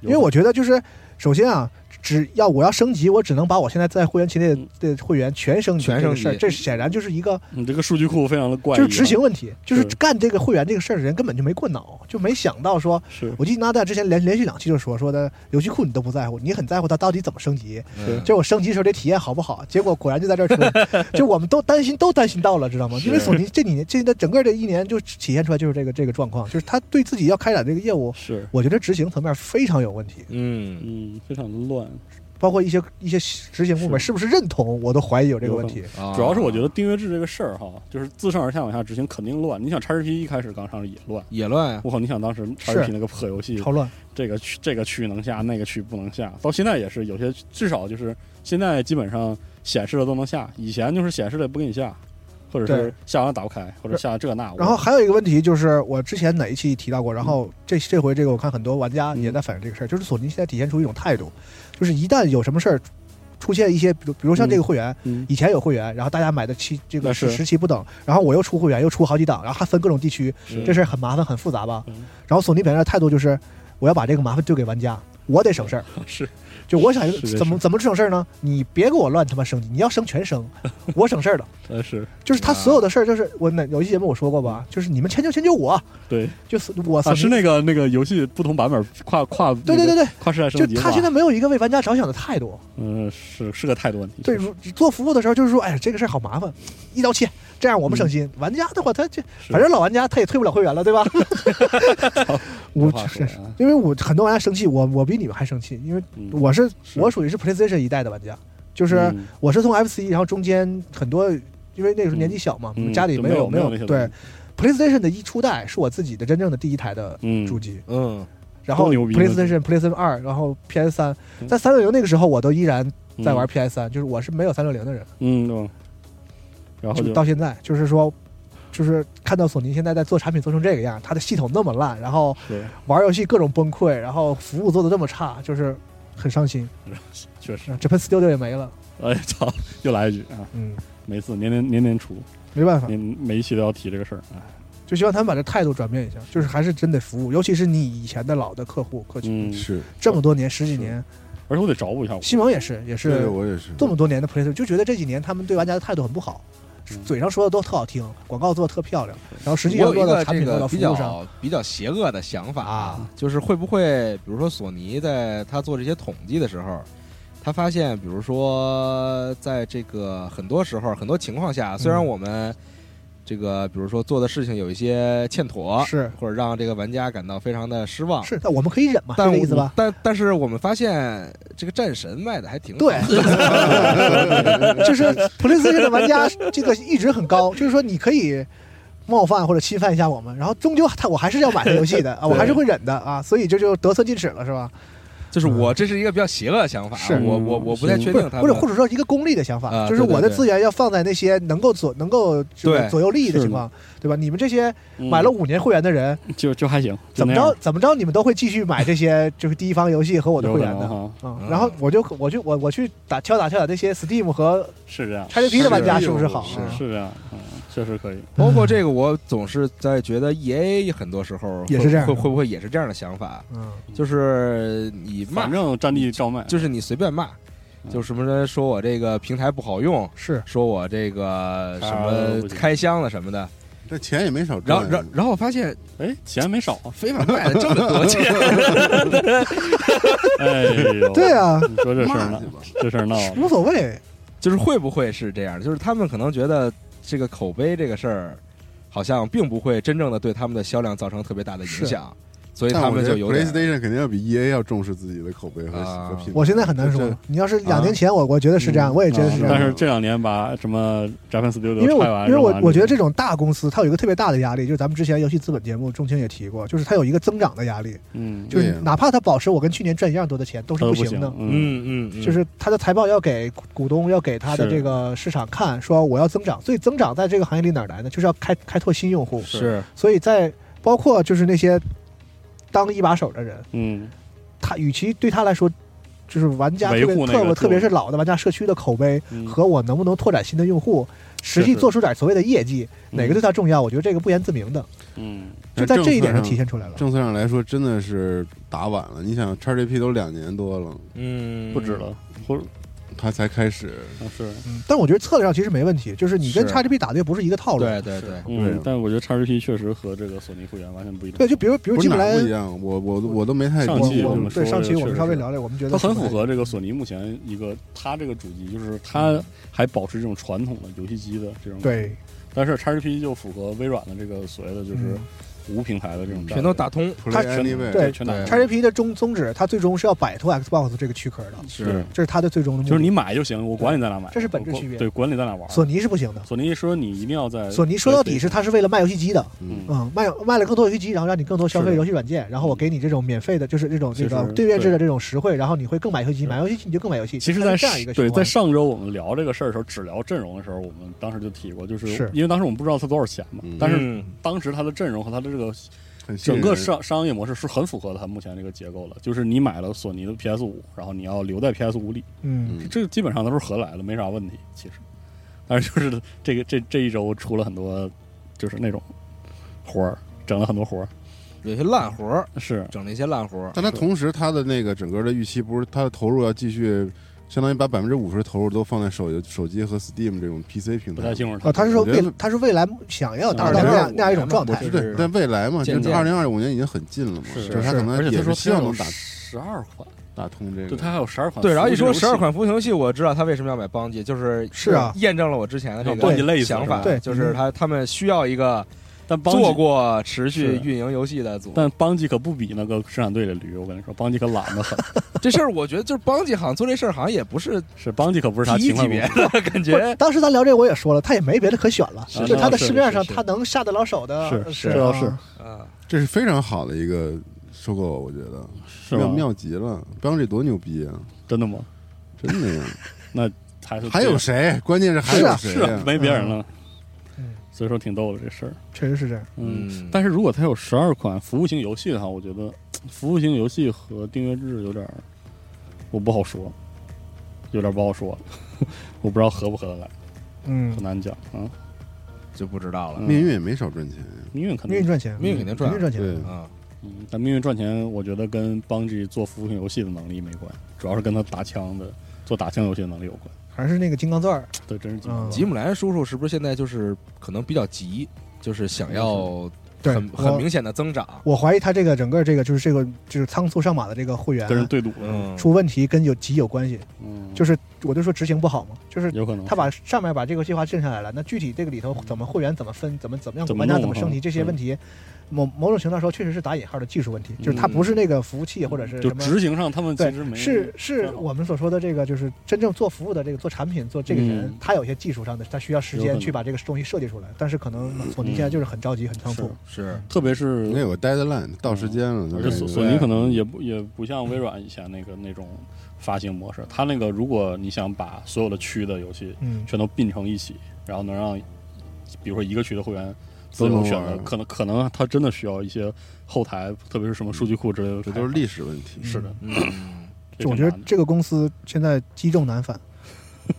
有因为我觉得就是首先啊，只要我要升级，我只能把我现在在会员期内嗯的会员全升级，全升级这个事儿，这显然就是一个可能嗯你这个数据库非常的嗯怪异就啊，是执行问题，就是是干这个会员这个事儿的人根本就没过脑，就没想到说。是我记得纳达之前连连续两期就说说的游戏库你都不在乎，你很在乎它到底怎么升级，嗯就我升级时候这体验好不好？结果果然就在这儿出来， 就我们都担心，都担心到了，知道吗？是因为索尼这几年，这整个这一年就体现出来就是这个这个状况，就是他对自己要开展这个业务，是，我觉得执行层面非常有问题，嗯，嗯，非常的乱。包括一些一些执行部门是是不是认同，我都怀疑有这个问题。主主要是我觉得订阅制这个事儿哈，就是自上而下往下执行肯定乱。你想叉 GP 一开始刚上也乱，也乱啊，我靠！你想当时叉 GP 那个破游戏，超乱，这个区这个区能下，那个区不能下，到现在也是有些，至少就是现在基本上显示的都能下，以前就是显示的也不给你下，或者对是下完打不开，或者下这那。我然后还有一个问题就是，我之前哪一期提到过，然后这这回这个我看很多玩家也在反映这个事儿，就是索尼现在体现出一种态度，就是一旦有什么事儿出现一些，比如比如像这个会员，嗯以前有会员，然后大家买的期这个那是时期不等，然后我又出会员，又出好几档，然后还分各种地区，是这事儿很麻烦很复杂吧嗯？然后索尼表现的态度就是，我要把这个麻烦丢给玩家。我得省事儿， 是就我想是的怎么是怎么省事儿呢？你别给我乱他妈升级，你要升 全升，我省事儿了。呃是就是他所有的事儿，就是我哪有一期节目我说过吧，就是你们迁就迁就我，对就是我嗯啊索是尼那个那个游戏不同版本跨跨对对对对，跨时代就升级他化现在没有一个为玩家着想的态度。嗯是是个态度问题对，如做服务的时候就是说，哎呀，这个事儿好麻烦，一刀切，这样我们省嗯心。玩家的话，他这是反正老玩家他也退不了会员了，对吧？我话说是啊因为我很多玩家生气，我我比你们还生气，因为嗯我是是我属于是 PlayStation 一代的玩家，就是嗯我是从 FC，然后中间很多因为那时候年纪小嘛，嗯家里就没没有有没有那些对东西 PlayStation 的一初代是我自己的真正的第一台的嗯主机，嗯，然后多牛逼呢 PlayStation、PlayStation 二，然后 PS 三，嗯在三六零那个时候，我都依然在玩嗯 PS 三、就是我是没有三六零的人，嗯嗯，然后就就到现在，就是说，就是看到索尼现在在做产品做成这个样，它的系统那么烂，然后对玩游戏各种崩溃，然后服务做的这么差，就是很伤心。确实，啊 Japan Studio 也没了，哎操，又来一句啊，嗯，每次年年年年出，没办法，嗯年每一期都要提这个事儿啊，哎就希望他们把这态度转变一下，就是还是真得服务，尤其是你以前的老的客户客群，嗯，是，这么多年十几年，而且我得找补一下我，西蒙也是也这是个我也是。这么多年的 PlayStation，就觉得这几年他们对玩家的态度很不好，嗯嘴上说的都特好听，广告做的特漂亮，然后实际我有上一做到个产这品做个到服比务上，较比较邪恶的想法啊，就是会不会，比如说索尼在他做这些统计的时候，他发现，比如说在这个很多时候、很多情况下，虽然嗯我们这个比如说做的事情有一些欠妥，是或者让这个玩家感到非常的失望，是，但我们可以忍嘛，是但这我意思吧？？但但是我们发现这个战神卖的还 挺好对，就是 PlayStation 的玩家这个阈值很高，就是说你可以冒犯或者侵犯一下我们，然后终究他我还是要买这游戏的啊，我还是会忍的啊，所以这就得寸进尺了，是吧？就是我这是一个比较邪恶的想法，啊是我我我不太确不是定他不是，们或者说一个功利的想法，啊就是对对我的对资源要放在那些能够左能够这个对左右利益的是情的况，对吧？你们这些嗯买了五年会员的人，就就还行，就怎么那样着怎么着，你们都会继续买这些 就是第一方游戏和我的会员有的可能哈啊、嗯然后我就我就我我去打敲打敲打那些 Steam 和是这样， XGP 的玩家是是不是好啊？是是这样，嗯，确实可以，包括这个，我总是在觉得 E A 很多时候会也是这样的会会不会也是这样的想法？嗯，就是你骂反，正战地照卖，就是你随便骂，嗯就什么人说我这个平台不好用，是说我这个什啊么不行开箱了什么的，这钱也没少然后赚，啊然后然后我发现哎，钱没 少，非法卖了这么多钱，哎呦， 对，啊，你说这事儿骂闹去，吧。这事儿闹的，无所谓，就是会不会是这样？就是他们可能觉得这个口碑这个事儿，好像并不会真正的对他们的销量造成特别大的影响，所以但他我们觉得就有点 PlayStation 肯定要比 EA 要重视自己的口碑和啊和品牌。我现在很难说这了。你要是两年前，我我觉得是这样，我也觉得是这啊但样。是这两年把什么 Japan Studio 因为我拆完，因为我扔完我觉得这种大公司，它有一个特别大的压力，就是咱们之前游戏资本节目钟情也提过，就是它有一个增长的压力，嗯，就是对啊哪怕它保持我跟去年赚一样多的钱，都是都不行的。嗯，嗯嗯嗯，就是他的财报要给股东，要给他的是这个市场看，说我要增长。所以增长在这个行业里哪儿来呢？就是要开开拓新用户。是所以在包括就是那些当一把手的人，嗯，他与其对他来说，就是玩家维特别护那个特别作特别是老的玩家社区的口碑嗯和我能不能拓展新的用户，实际是做出点所谓的业绩，嗯哪个对他重要？我觉得这个不言自明的，嗯，就在这一点上上体现出来了。政策上来说，真的是打晚了。你想，XGP 都两年多了，嗯不止，了，或者它才开始，啊是，嗯，但我觉得策略上其实没问题，就是你跟是 XGP 打的又不是一个套路。对对对，嗯，但我觉得 XGP 确实和这个索尼会员完全不一样，啊对，就比如比如不是基本哪来不一样。我我我都没太啊上我期我我们们说对上这期个我们确稍微实聊聊，我们觉得它很是不符太合这个索尼目前一个它这个主机，就是它还保持这种传统的游戏机的这种，嗯对，但是 XGP 就符合微软的这个所谓的就是嗯无平台的这种战略，全都打通。 Play 它 anyway，对全打对通 XGP 的宗宗旨，它最终是要摆脱 Xbox 这个躯壳的，是，这是它的最终的目的。就是你买就行，我管你在哪买，这是本质我管区别对，管你在哪玩。索尼是不行的，索尼说你一定要在索尼说到底是它是为了卖游戏机的，嗯，嗯，卖卖了更多游戏机，然后让你更多消是费的游戏软件，然后我给你这种免费的，就是这种这其实个对面制对的这种实惠，然后你会更买游戏机，买游戏机你就更买游戏。其实它在是这样一个对，循在环上周我们聊这个事儿的时候，只聊阵容的时候，我们当时就提过，就是是因为当时我们不知道他多少钱嘛，嗯但是嗯当时他的阵容和他的这个很吸引整个人商商业模式是很符合他目前这个结构的，就是你买了索尼的 PS 五，然后你要留在 PS 五里，嗯，嗯这个基本上都是合来的，没啥问题其实。但是就是这个这这一周出了很多就是那种活儿，整了很多活儿，有些烂活儿，是整了一些烂活儿。但它同时它的那个整个的预期不是它的投入要继续，相当于把百分之五十投入都放在手游手机和 Steam 这种 PC 平不台太。清楚他。啊，他是说我觉未得他是未来想要达啊二到零那二样五那样一种状年嘛态不。是是对，但未来嘛，就渐是渐二零二五年已经很近了嘛，是就是它可能而且也他说是希望能打十二款，打通这对，个。他还有十二款服务器游对，戏。然后一说十二款服务器游戏，我知道他为什么要买邦吉，就是是啊验证了我之前的这让邦吉累个死想法，是吧对就是他他们需要一个但邦做吉，过持续是运营游戏的组。但邦吉可不比那个生产队的驴，我跟你说，邦吉可懒得很。这事儿我觉得就是邦吉好像做这事儿好像也不是是邦吉可不是啥第一情况级公别司，的感不觉是，。当时咱聊这个我也说了，他也没别的可选了，是就他的是市面上是是他能下得了手的是是这倒啊是啊，这是非常好的一个收购，我觉得是妙吧？妙极了。邦这多牛逼啊！真的吗？真的 呀，还是还有谁？关键是还是有啊谁是啊呀？没别人了嗯，所以说挺逗的这事儿。确实是这样。嗯，嗯但是如果它有十二款服务型游戏的话，我觉得服务型游戏和订阅制有点儿，我不好说，有点儿不好说， 我不知道合不合得来，嗯很，难讲啊。就不知道了。命运也没少赚钱呀。命运肯命运定，赚钱，命运肯定赚肯定赚钱。对，啊，嗯，但命运赚钱，我觉得跟邦吉做服务型游戏的能力没关，主要是跟他打枪的做打枪游戏的能力有关。还是那个金刚钻儿，对，真是金嗯吉姆莱恩叔叔是不是现在就是可能比较急，就是想要对很很我明显的增长？我怀疑他这个整个这个就是这个就是仓促上马的这个会员跟人对赌了，嗯，出问题跟有集有关系，嗯，就是我就说执行不好嘛，就是有可能他把上面把这个计划定下来了，那具体这个里头怎么会员怎么分，怎么怎么样，怎么玩家弄怎么升级哈嗯这些问题，某某种程度上说确实是打引号的技术问题，就是它嗯不是那个服务器或者是就什么。执行上他们其对实，没是是我们所说的这个，就是真正做服务的这个做产品做这个人嗯，他有一些技术上的，他需要时有可间能嗯去把这个东西设计出来。但是可能索尼现在就是很着急，很仓促是。是特别那是有个 deadline 到时间了，嗯而那且这索个索尼可能也不也不像微软以前那个那种发行模式，它那个如果你想把所有的区的游戏嗯，全都并成一起，然后能让比如说一个区的会员自都能由选择，玩可能可能它真的需要一些后台，特别是什么数据库之类的开这发，都是历史问题。是的，嗯，这就我挺觉得难的这个公司现在积重难 返，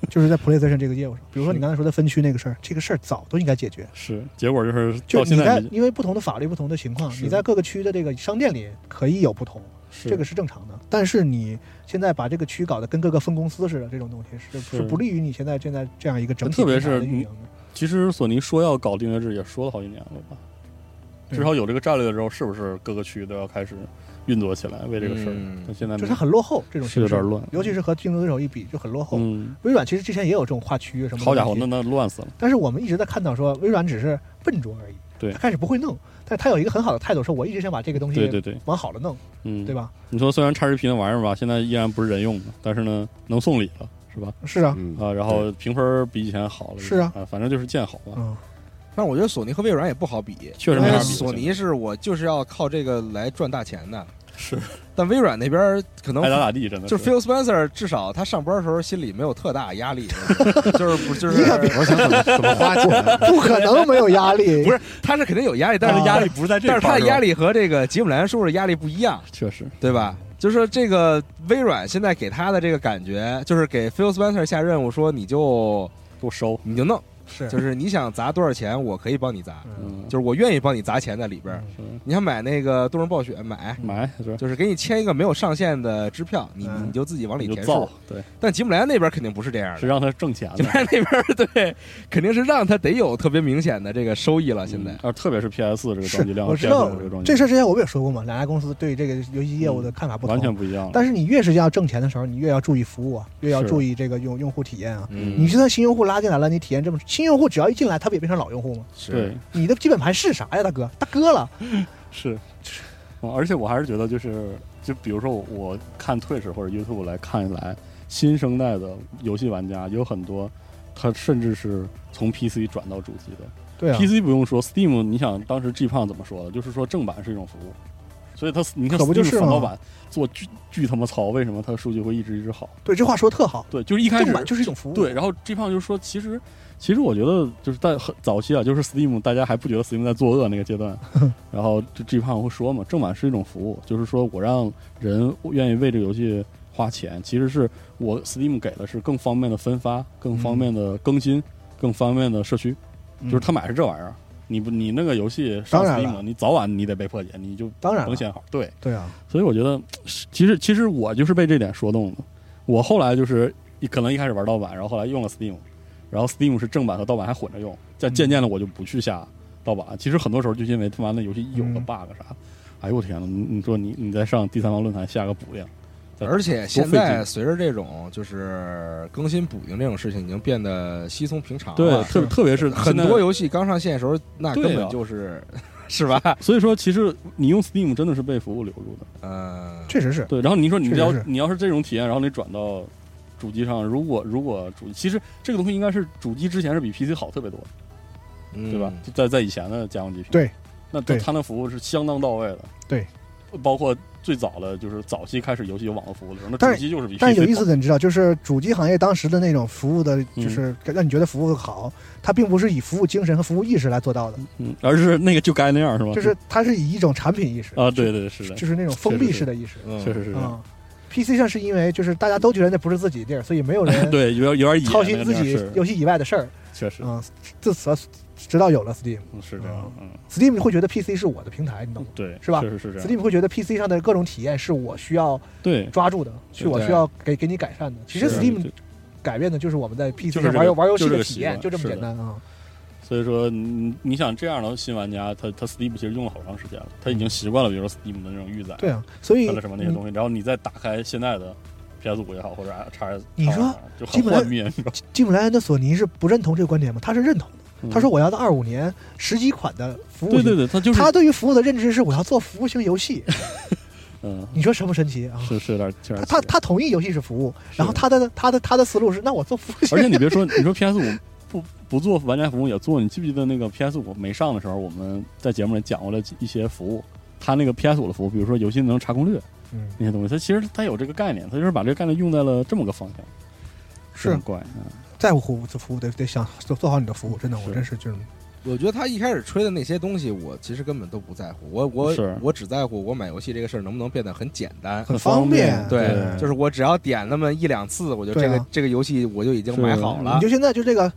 就是在 PlayStation 这个业务上。比如说你刚才说的分区那个事儿，这个事儿早都应该解决。是结果就是就到是现你在在没因为不同的法律、不同的情况，是你在各个区的这个商店里可以有不同，是这个是正常的。但是你现在把这个区搞得跟各个分公司似的，这种东西是是是不利于你现在现在这样一个整体特别是平台的运营的。其实索尼说要搞订阅制也说了好几年了吧，对至少有这个战略之后，是不是各个区都要开始运作起来为这个事儿嗯？但现在就是没它很落后，这种是有形式点乱，尤其是和竞争对手一比就很落后。嗯，微软其实之前也有这种跨区什么的问题，好家伙，那那乱死了，但是我们一直在看到说微软只是笨拙而已，对他开始不会弄，但是他有一个很好的态度，说我一直想把这个东对西对对，往好了弄，嗯，对？吧？你说虽然叉 GP 那玩意儿吧，现在依然不是人用的，但是呢，能送礼了，是吧？是啊，嗯啊，然后评分比以前好了，是啊，反正就是见好了，嗯，但我觉得索尼和微软也不好比，确实因没为法比。索尼是我就是要靠这个来赚大钱的，是哎但微软那边儿可能爱咋咋地，真的就是 Phil Spencer 至少他上班的时候心里没有特大压力，就是不就是你可别我想怎么怎么花钱，不可能没有压 力，不是他是肯定有压力，但是啊压力，力不是在这但块儿，是他的吧压力和这个吉姆莱恩叔叔的压力不一样，确实对吧？就是说这个微软现在给他的这个感觉，就是给 Phil Spencer 下任务说你就给我收，你就弄，是就是你想砸多少钱，我可以帮你砸，嗯，嗯，就是我愿意帮你砸钱在里边儿。嗯是你想买那个《动物暴雪》，买，买是就是给你签一个没有上限的支票，你嗯你就自己往里你就填造数。，对，但吉姆莱恩那边肯定不是这样是的，让他挣钱吉的姆。莱恩那边儿对，肯定是让他得有特别明显的这个收益了。现在嗯，而特别是 PS 这个是装机量，我知道这个装机这事儿之前我们也说过嘛，两家公司对这个游戏业务的看法不同。完全不一样了。但是你越是要挣钱的时候，你越要注意服务啊，越要是注意这个用用户体验啊。嗯你就算新用户拉进来了，你体验这么新用户只要一进来，他不也变成老用户吗？对，你的基本盘是啥呀，大哥？大哥了，是， 嗯而且我还是觉得就是，就比如说我我看 Twitch 或者 YouTube 来看来，新生代的游戏玩家有很多，他甚至是从 PC 转到主机的。对啊， PC 不用说，Steam 你想当时 G 胖怎么说的？就是说正版是一种服务，所以他你看可不就 Steam 是吗三老板做巨巨他妈糙，为什么他数据会一直一直好？对，这话说特好，对，就是一开始正版就是一种服务，对，然后 G 胖就说，其实其实我觉得就是在很早期啊，就是 Steam 大家还不觉得 Steam 在作恶那个阶 段，然后这 G 胖会说嘛，正版是一种服务，就是说我让人愿意为这个游戏花钱，其实是我 Steam 给的是更方便的分发、更方便嗯的更新、更方便的社区，就是他买是这玩意儿。你不，你那个游戏上当然了 Steam，你早晚你得被破解，你就当然了甭显好。对，对啊，所以我觉得，其实其实我就是被这点说动的。我后来就是一可能一开始玩盗版，然后后来用了 Steam，然后 Steam 是正版和盗版还混着用，再渐渐的我就不去下盗版。其实很多时候就因为他妈那游戏一有个嗯 bug 啥，哎呦我天呐，你你说你你再上第三方论坛下个补丁，对而且现多费在劲随着这种就是更新补丁这种事情已经变得稀松平常了，对，特别特别是很现在多游戏刚上线的时候，那根对啊本就是、 是吧？所以说其实你用 Steam 真的是被服务留住的。嗯，确实是，对，然后你说你确实要是你要是这种体验，然后你转到主机上，如果如果主其实这个东西应该是主机之前是比 PC 好特别多的。对对吧？就在在以前的家用 GPU，嗯对，那对它那服务是相当到位的，对，包括最早的就是早期开始游戏有网络服务的时候，那但主是机就是比 PC 但是有意思好，的，你知道，就是主机行业当时的那种服务的，嗯就是让你觉得服务好，它并不是以服务精神和服务意识来做到的，嗯，而是那个就该那样是吧？就是它是以一种产品意识啊，对对对，是的，就是那种封闭式的意识嗯确实是这样，啊。PC 上是因为就是大家都觉得那不是自己地儿，所以没有 人 对，有点有点野操那心个自地儿己是游戏以外的事儿确实啊。自此直到有了 Steam，Steam 嗯是这样，嗯，你会觉得 PC 是我的平台，你懂吗对，嗯是吧确实是这啊样， ？Steam 会觉得 PC 上的各种体验是我需要对，抓住的，是我需要给给你改善的。其实是 Steam 对改变的就是我们在 PC 就是上这玩游个玩游戏就这的个体习验，惯就这么是的简单啊。所以说你你想这样的新玩家，他他 Steam 其实用了好长时间了，他已嗯经习惯了，比如说 Steam 的那种预载，对啊，所以或者什么那些你东西，然后你再打开现在的 PS 五也好，或者 X S，你说就基很本上幻灭，你知道吗基本莱恩的索尼是不认同这个观点吗？他是认同的，嗯他说我要到二五年十几款的服务对型，对对，他就是他对于服务的认知是我要做服务型游戏，嗯，你说神不神奇啊？是是有点有点他他他同意游戏是服务，然后他的他的他的思路是，那我做服务型，而且你别说，你说 PS 五不不做玩家服务也做，你记不记得那个 PS 五没上的时候，我们在节目里讲过了一些服务，它那个 PS 五的服务，比如说游戏能查攻略嗯，那些东西，它其实它有这个概念，它就是把这个概念用在了这么个方向，是很怪啊，在乎服务做服务得得想做做好你的服务，真的，我是真是就是我觉得他一开始吹的那些东西，我其实根本都不在乎，我是我我只在乎我买游戏这个事儿能不能变得很简单。很方方便对，对就是我只要点那么一两次，我就对这啊个、这个游戏我就已经买好啊了你就。现在就这个，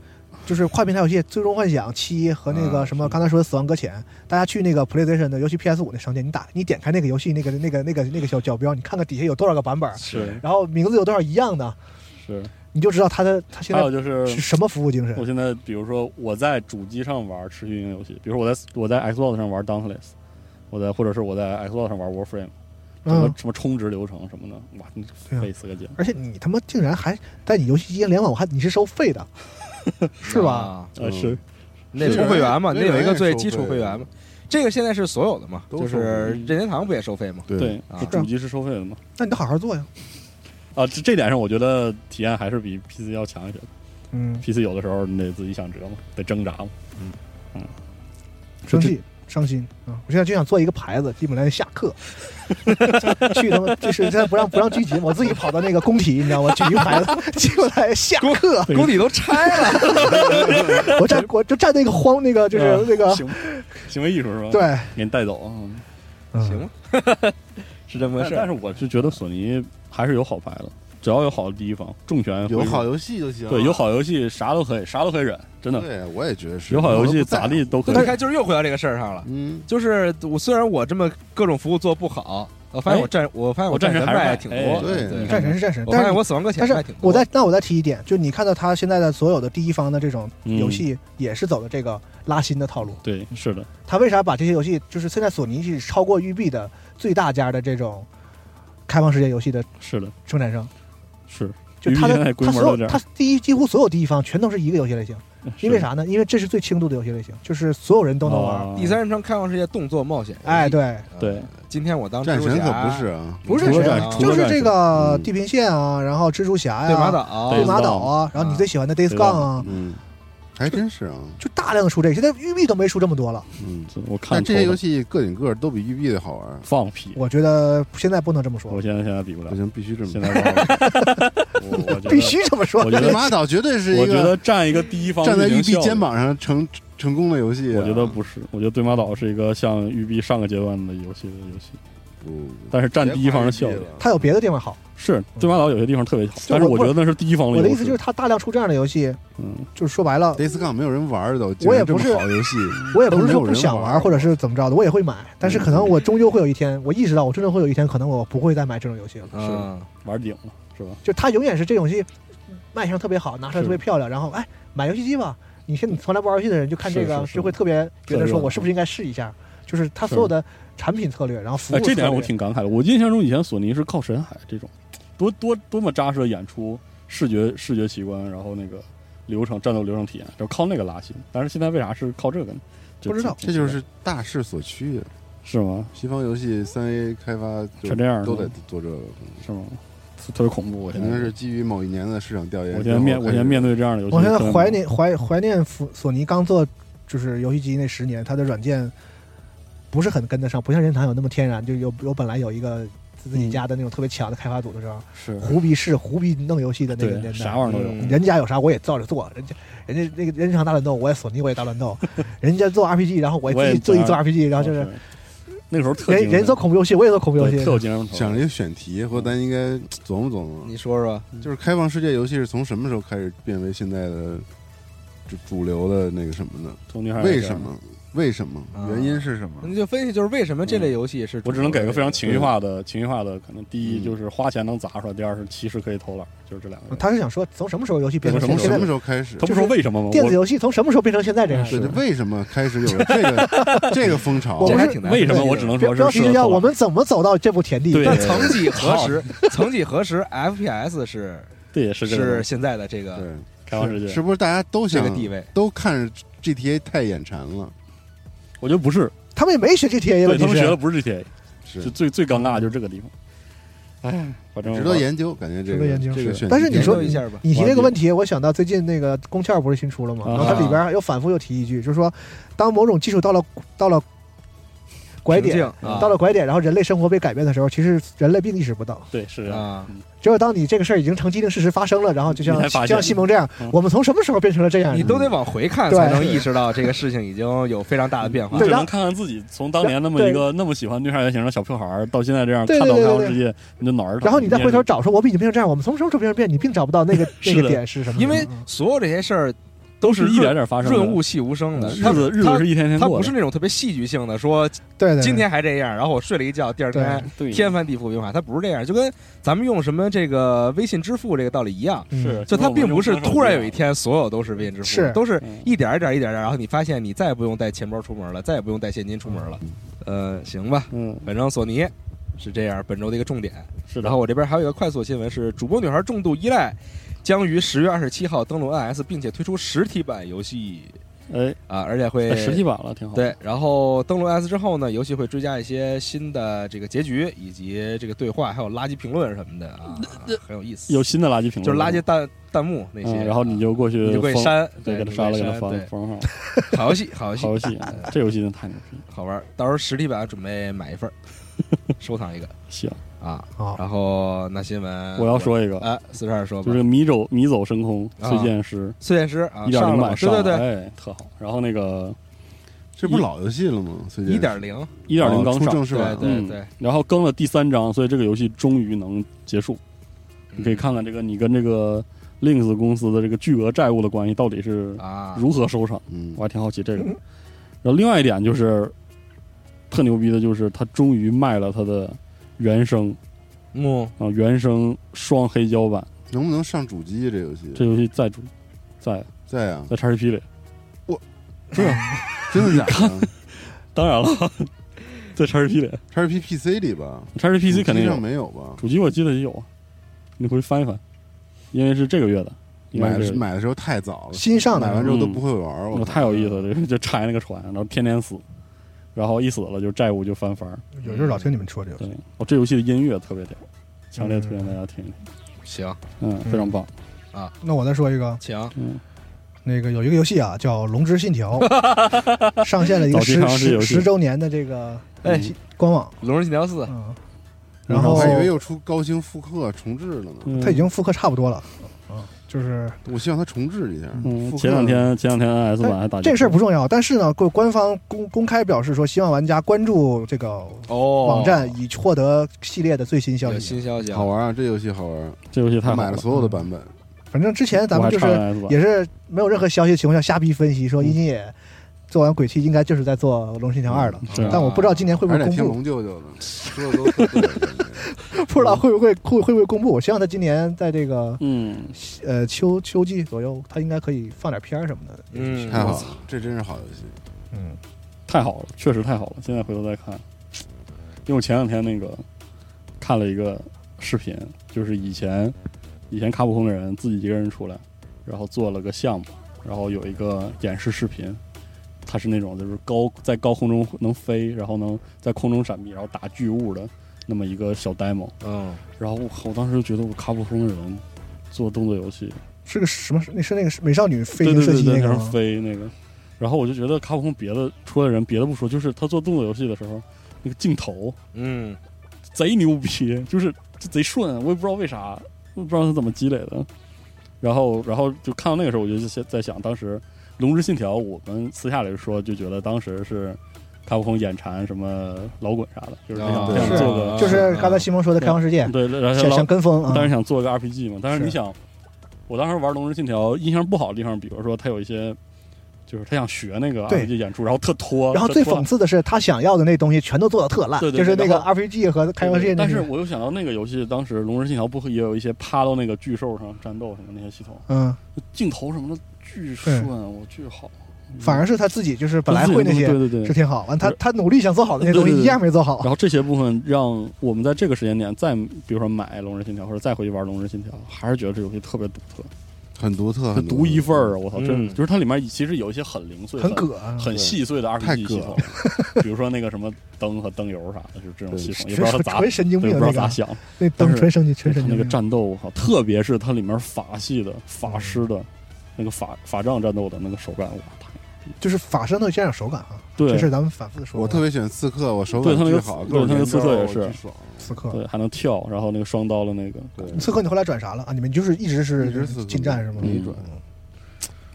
就是跨平台游戏《最终幻想七》和那个啊嗯什么刚才说的《死亡搁浅》，大家去那个 PlayStation 的，尤其 PS 五那商店，你打你点开那个游戏那个那个那个那个小角标，你看看底下有多少个版本，是然后名字有多少一样的，是，你就知道它的它现还有在就是是。什么服务精啊 我神。现在比如说我在主机上玩持续运营游戏，比如说我在我在 Xbox 上玩 Dauntless，我在或者是我在 Xbox 上玩 Warframe，什么、嗯，什么充值流程什么的，哇，你对啊费死个劲。而且你他妈竟然还在你游戏机联网，我还你是收费的，是吧？啊？呃，是那收会员嘛，是那有一个最那个基也收费础会员嘛。这个现在是所有的嘛，都就收费是任天堂不也收费嘛？对 对，啊这主机是收费的嘛？那你得好好做呀。啊，这这点上我觉得体验还是比 PC 要强一些。嗯， PC 有的时候你得自己想折磨，得挣扎嘛。嗯嗯，生气伤心啊、我现在就想做一个牌子，基本来下课， 去他妈就是现在不让不让聚集，我自己跑到那个工体，你知道吗？举一个牌子，基本来下课，工体都拆了，我站我就站那个荒那个就是嗯啊那个、行行为艺术是吧？，对，给你带走啊。嗯行吗？是这么个但事但儿。是我是觉得索尼还是有好牌的，只要有好的地方，重拳有挥好之游戏就行了。对有好游戏啥都可以，啥都可以忍，真的对，我也觉得是有好游戏我都不在咋地都可你以。看，就是又回到这个事儿上了。嗯，就是我虽然我这么各种服务做不好，我发现哎我战我发现我战神神还是卖卖挺哎多，对对，战神是战神，我发但是现你我死亡搁浅但是卖挺多。我再那我再提一点，就你看到他现在的所有的第一方的这种嗯游戏也是走的这个拉新的套路，对，是的，他为啥把这些游戏就是现在索尼是超过育碧的最大家的这种开放世界游戏的是的，生产商？是就它鱼现在的规它模所到这有儿它第一几乎所有第一方全都是一个游戏类型，因为啥呢？因为这是最轻度的游戏类型，就是所有人都能玩。哦第三人称开放世界动作冒险游戏。哎，对，啊对，今天嗯我当战蜘蛛神可侠不是，啊，不是除了战神战啊，除就了是战这神个嗯地平线啊，然后蜘蛛侠对马呀，岛，对对马马岛岛啊，然后你最喜欢的 Days 对 Gone 啊，嗯，还真是啊，就大量的出这个。现在育碧都没出这么多了，嗯，这我看但这些头游了戏个顶个都比育碧的好玩，放屁，我觉得现在不能这么说我，现在现在比不了不，行，必须这么现说。在忘了我我觉得 必须这么说我。觉得马岛绝对是一我觉个得站一个第一方站在育已经碧笑了肩，膀上成成功的游戏啊，我觉得不是，我觉得对马岛是一个像育碧上个阶段的游戏的游戏，不，但是站第一方的效率了。它有别的地方好，是对马岛有些地方特别好，就但是我我不觉得那是第一方我的的意游思就是戏，它大量出这样的游戏，嗯，就是说白了， Days Gone 没有人玩儿都，我也不竟然这么是好 游戏，我也不是都没说有不人想玩玩，或者是怎么着的，我也会买。但是可能我终究会有一天，我意识到我真正会有一天，可能我不会再买这种游戏了。嗯，玩顶了是吧？就它永远是这种游戏卖相特别好，拿出来是特别漂亮，然后哎买游戏机吧。你像你从来不玩游戏的人，就看这是个是是就会特别觉特得别说热我是不是应该试一下？就是它所有的产品策略，然后服务哎，策略，这点我挺感慨的。我印象中以前索尼是靠《神海》这种，多多多么扎实的演出、视觉视觉奇观，然后那个流程、战斗流程体验，就靠那个拉新。但是现在为啥是靠这个呢？不知道挺这就是大势所趋啊。是吗？西方游戏三 A 开发就全这样嗯都得是吗做这个，是吗？特特别恐怖。我肯现定在是基于某一年的市场调研。我现在面我现在面对这样的游戏，我现在真的怀念怀怀念索索尼刚做就是游戏机那十年，它的软件不是很跟得上，不像任天堂有那么天然，就有有本来有一个自己家的那种特别强的开发组的时候，是胡逼试胡逼弄游戏的那个对年啥代。嗯玩意儿都嗯有。人家有啥我也照着做，人家人家那个任天堂大乱斗，我也索尼我也大乱 斗，人家做 RPG，然后我我自也己自己做做 RPG，然后就是那个时候特人精神人做恐怖游戏，我也做恐怖游对戏特，有精神头。想着一个选题，或者咱应该琢磨琢磨，啊你说说，嗯嗯就是开放世界游戏是从什么时候开始变为现在的主主流的那个什么呢？从女孩为什？么？为什么啊？原因是什那么？就分析就是为什么嗯这类游戏是主流的，我只能给个非常情绪对化的情绪化的，可能第一嗯就是花钱能砸出来，第二是其实可以偷懒，就是这两个。他是想说从什么时候游戏变成从从现什么在这样？时候开始？他不说为什么吗？电子我游戏从什么时候变成现在这样？对，就为什么开始有了这个这个风潮？我这不还是挺难为什么分析我的只能标说标是题适就合叫偷懒我们怎么走到这步田地？对但曾几何 时，曾几何时，FPS 是对 也是这是个现在的这个对，开放世界是，不是大家都这想个地位？都看着 GTA 太眼馋了？我觉得不是，他们也没学 GTA，对问他题们学的是不是 GTA，是就最最尴尬的就是这个地方。哎，反正值得研究，感觉这值得个研究这个是选题。但是你研说究一下吧，你提这个问题，我想到最近那个《宫壳》不是新出了吗？啊然后它里边又反复又提一句，就是说，当某种技术到了到了拐平静点，啊到了拐点，然后人类生活被改变的时候，其实人类并意识不到。对是这样，啊，只有当你这个事儿已经成既定事实发生了，然后就像你才发就现像西蒙这样嗯，我们从什么时候变成了这样啊你的？都得往回看对才能意识到这个事情已经有非常大的变化你。只对然后能看看自己从当年那么一个那么喜欢《绿沙原型》的小破孩儿，到现在这样对看到对对开放对世界，你就脑儿疼。然后你再回头也找，说我已经变成这样，我们从什么时候变成变？你并找不到那个是那的个点是什么。因为嗯所有这些事儿都是一点点发生的，润物细无声的，日它子日它子是一天天它过不的，是那种特别戏剧性的，说对对，今天还这样，然后我睡了一觉，第二天对天翻地覆变化，它不是这样，就跟咱们用什么这个微信支付这个道理一样，对是嗯就它并不是突然有一天。天所有都是微信支付，是都是嗯一点儿一点儿一点儿一点儿，然后你发现你再也不用带钱包出门了，再也不用带现金出门了，呃，行吧，嗯，反正索尼是这样本周的一个重点。是的然后，我这边还有一个快速新闻是，主播女孩重度依赖将于十月二十七号登陆 NS，并且推出实体版游戏哎，啊，而且会哎实体版了，挺好。，对，然后登录 S 之后呢，游戏会追加一些新的这个结局，以及这个对话，还有垃圾评论什么的啊，很有意思。有新的垃圾评论，就是垃圾弹弹幕那些，啊嗯，然后你就过去你就可以封删，对，给你他就杀了，可以给他删封对封上。好游戏，好游戏，好游戏，哎这游戏真太牛逼了！好玩儿。到时候实体版准备买一份儿，收藏一个行，啊。啊，然后那新闻哦我要说一个，哎，四十二说吧就是，迷走迷走深空啊碎剑师碎剑师啊，一点上零了版吗，对对对，对，哎，特好。然后那个这不是老游戏了吗？最近一点零，一点哦哦零刚出上，正式对版了，对嗯对，然后更了第三章，所以这个游戏终于能结束。你可以嗯看看这个你跟这个 Links 公司的这个巨额债务的关系到底是啊，如何收场。嗯我还挺好奇这个。然后另外一点就是，特牛逼的就是他终于卖了他的原声嗯，啊，原声双黑胶版，能不能上主机这游戏？这游戏在主在在啊，在 XGP 里，真的假的当然了，在 XGP 里？XP PC 里吧，XGPC 肯定主机上有，没有吧？主机我记得也有，你回去翻一翻。因为是这个月的，应该买是的买的时候太早了，新上买的完之后都嗯不会玩儿，我我太有意思了，这个就拆那个船，然后天天死，然后一死了就债务就翻番儿。有时候老听你们说这个对，哦，这游戏的音乐特别屌，强烈推荐大家听一听，行，嗯，非常棒。那我再说一个，请嗯，那个有一个游戏啊，叫《龙之信 条》，上线了一个早期十尝试游十戏十周年的这个哎嗯官网， 《龙人信条四》嗯，然然后后我还以为又出高清复刻重置了呢，哦嗯它已经复刻差不多了，嗯，就是我希望它重置一下。嗯，复刻前两天前两天 NS 版还打这个事儿不重要，但是呢，官官方公公开表示说，希望玩家关注这个哦，网站以获得系列的最新消有息。新消息啊，好玩啊，这游戏好玩，这游戏太我好嗯买了所有的版本，反正之前咱我还们就差是 NS 版，也是没有任何消息的情况下瞎逼分析，说一金也做完鬼泣，应该就是在做《龙之信条二》了。是啊但我不知道今年会不还会是得公听布，龙舅舅的， 说的都特对。 不知道会不会会会不会公布。我希望他今年在这个嗯，呃秋秋季左右，他应该可以放点片儿什么的。嗯，太好了，这真是好游戏。嗯，太好了，确实太好了。现在回头再看，因为我前两天那个看了一个视频，就是以前以前卡普空的人自己一个人出来，然后做了个项目，然后有一个演示视频，它是那种就是高在高空中能飞，然后能在空中闪避，然后打巨物的那么一个小 demo。嗯，然后我靠我当时就觉得我卡普空的人做动作游戏，是个什么？那是那个美少女飞对行对射对击对，那个上吗？飞那个。然后我就觉得卡普空别的除了人别的不说，就是他做动作游戏的时候，那个镜头嗯，贼牛逼， 就是就贼顺，我也不知道为啥，我也不知道他怎么积累的。然后，然后就看到那个时候，我就在在想，当时《龙之信条》，我们私下里说就觉得当时是卡普空眼馋什么老滚啥的，就是他想啊他想是做个就是刚才西蒙说的嗯开放世界，对，然后想老想跟风啊当。时想做个 RPG 嘛，但是是你想，我当时玩《龙之信条》，印象不好的地方，比如说他有一些，就是他想学那个对 RPG 演出，然后特拖，然后特最拖讽刺的是，他想要的那东西全都做的特烂，对对就是对那个然 RPG 和开放世界那但些。是我又想到那个游戏，当时《龙之信条》不会也有一些趴到那个巨兽上战斗什么那些系统，嗯，镜头什么的巨顺，我巨好。反而是他自己就是本来自己会那弄些嗯对对是对。挺好，完他对他努力想做好的那些东对对对啊西一样没做好然。后这些部分让我们在这个时间点再，比如说买《龙之信条》或者再回去玩《龙之信条》，还是觉得这游戏特别独特，很独特，它很独一份儿啊！我操，嗯真的就是它里面其实有一些很零碎、很葛啊，很细碎的太 RPG 葛系统， 比如说那个什么灯和灯油啥的，就是这种系统，也纯不知道它咋，纯神经对病不知那道咋个，想。那但灯是纯神经纯它神那经个病。战斗，我靠，特别是它里面法系的、法师的那个法法杖战斗的那个手感，哇，太就是法师都加点手感啊，对这事咱们反复的说过。我特别喜欢刺客，我手对感他那最个好，刺各种对他连那个刺客招也是巨爽刺客，对，还能跳，然后那个双刀的那个，对，刺客你后来转啥了啊？你们就是一直一是直刺客近战是吗？嗯一转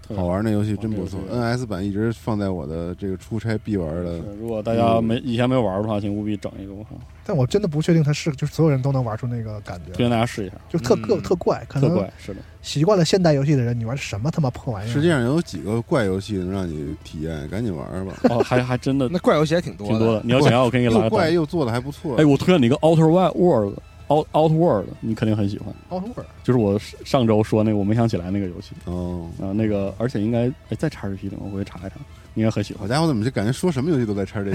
特别好。玩儿那游戏真不错好玩，NS 版一直放在我的这个出差必玩儿的是如果大家没以前没玩的话，请务必整一个，我靠，但我真的不确定他是就是所有人都能玩出那个感觉，推荐大家试一下，就特个嗯特怪，可特能怪，是的，习惯了现代游戏的人，你玩什么他妈破玩意儿？世界上有几个怪游戏能让你体验，赶紧玩儿吧。哦，还还真的 那怪游戏还挺多挺多的，，你要想要，我给你拉又个怪单。又做的还不错，哎，我推荐你一个 Outer World。Out Out World，你肯定很喜欢，奥特尔就是我上周说那个我没想起来那个游戏，哦，啊、那个，而且应该哎再查 GP 里，我回去查一查，应该很喜好欢。家伙，怎么就感觉说什么游戏都在叉 GP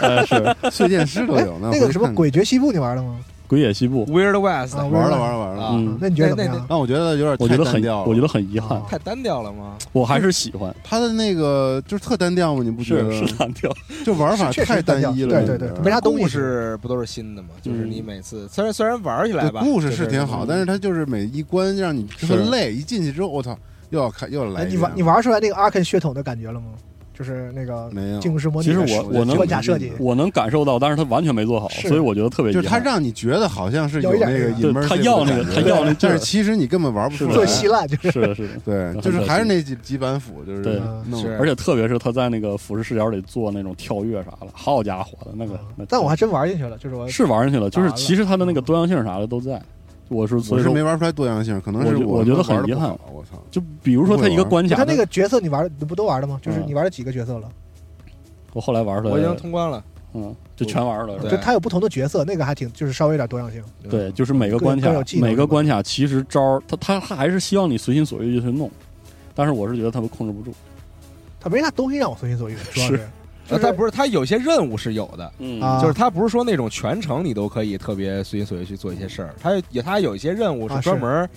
呃，是《里，碎剑师都有呢。哎那我个回去什看么看鬼，绝西部你玩了吗？鬼野西部》， Weird West 啊玩了玩了玩了，啊嗯，那你觉得怎么那那样？但我觉得有我点太觉得单很，调了。我觉得很遗憾啊，太单调了吗？我还是喜欢，他的那个就是特单调嘛，你不觉是得？是单调，就玩法确实太单调一了，对对对你知道没吗啥东西故事不都是嗯新的吗？就是你每次虽然虽然玩起来对吧，故事是挺好，就是但是它就是每一关让你特是累，一进去之后，我操，又要看又要来哎，一遍。你玩你玩出来那个阿肯血统的感觉了吗？就是那个没有？进攻式模拟其实的我时候，我能关卡设计我能感受到，但是他完全没做好，是所以我觉得特别就是遗它憾。让你觉得好像是有一那点个那 i 个 m m 对他要那个他要那劲但儿是其实你根本玩不出是来。的做稀烂，就是是的，是的，对，很就是可还是惜那几几板斧，就是对弄是而且特别是他在那个俯视视角里做那种跳跃啥的，好家伙的那个，那啊嗯但我还真玩进去了，就是我是玩上去了，就是打完了其实他的那个多样性啥的都在，我是所我以是说没玩出来多样性，可能是我觉我我觉得们玩很得遗不憾好。我操，就比如说他一个关卡，他那个角色你玩你不都玩了吗？就是嗯你玩了几个角色了？我后来玩出我已经来，通关了，嗯，就全玩了，对就它有不同的角色，那个还挺就是稍微有点多样性。对，就是每个各关各卡有技，能每是个吧关卡其实招儿，他他他还是希望你随心所欲就去弄，但是我是觉得他们控制不住。它没啥东西让我随心所欲，主要是就呃它不是它有些任务是有的，嗯啊，就是它不是说那种全程你都可以特别随心所欲去做一些事儿，它也它有一些任务啊是是专门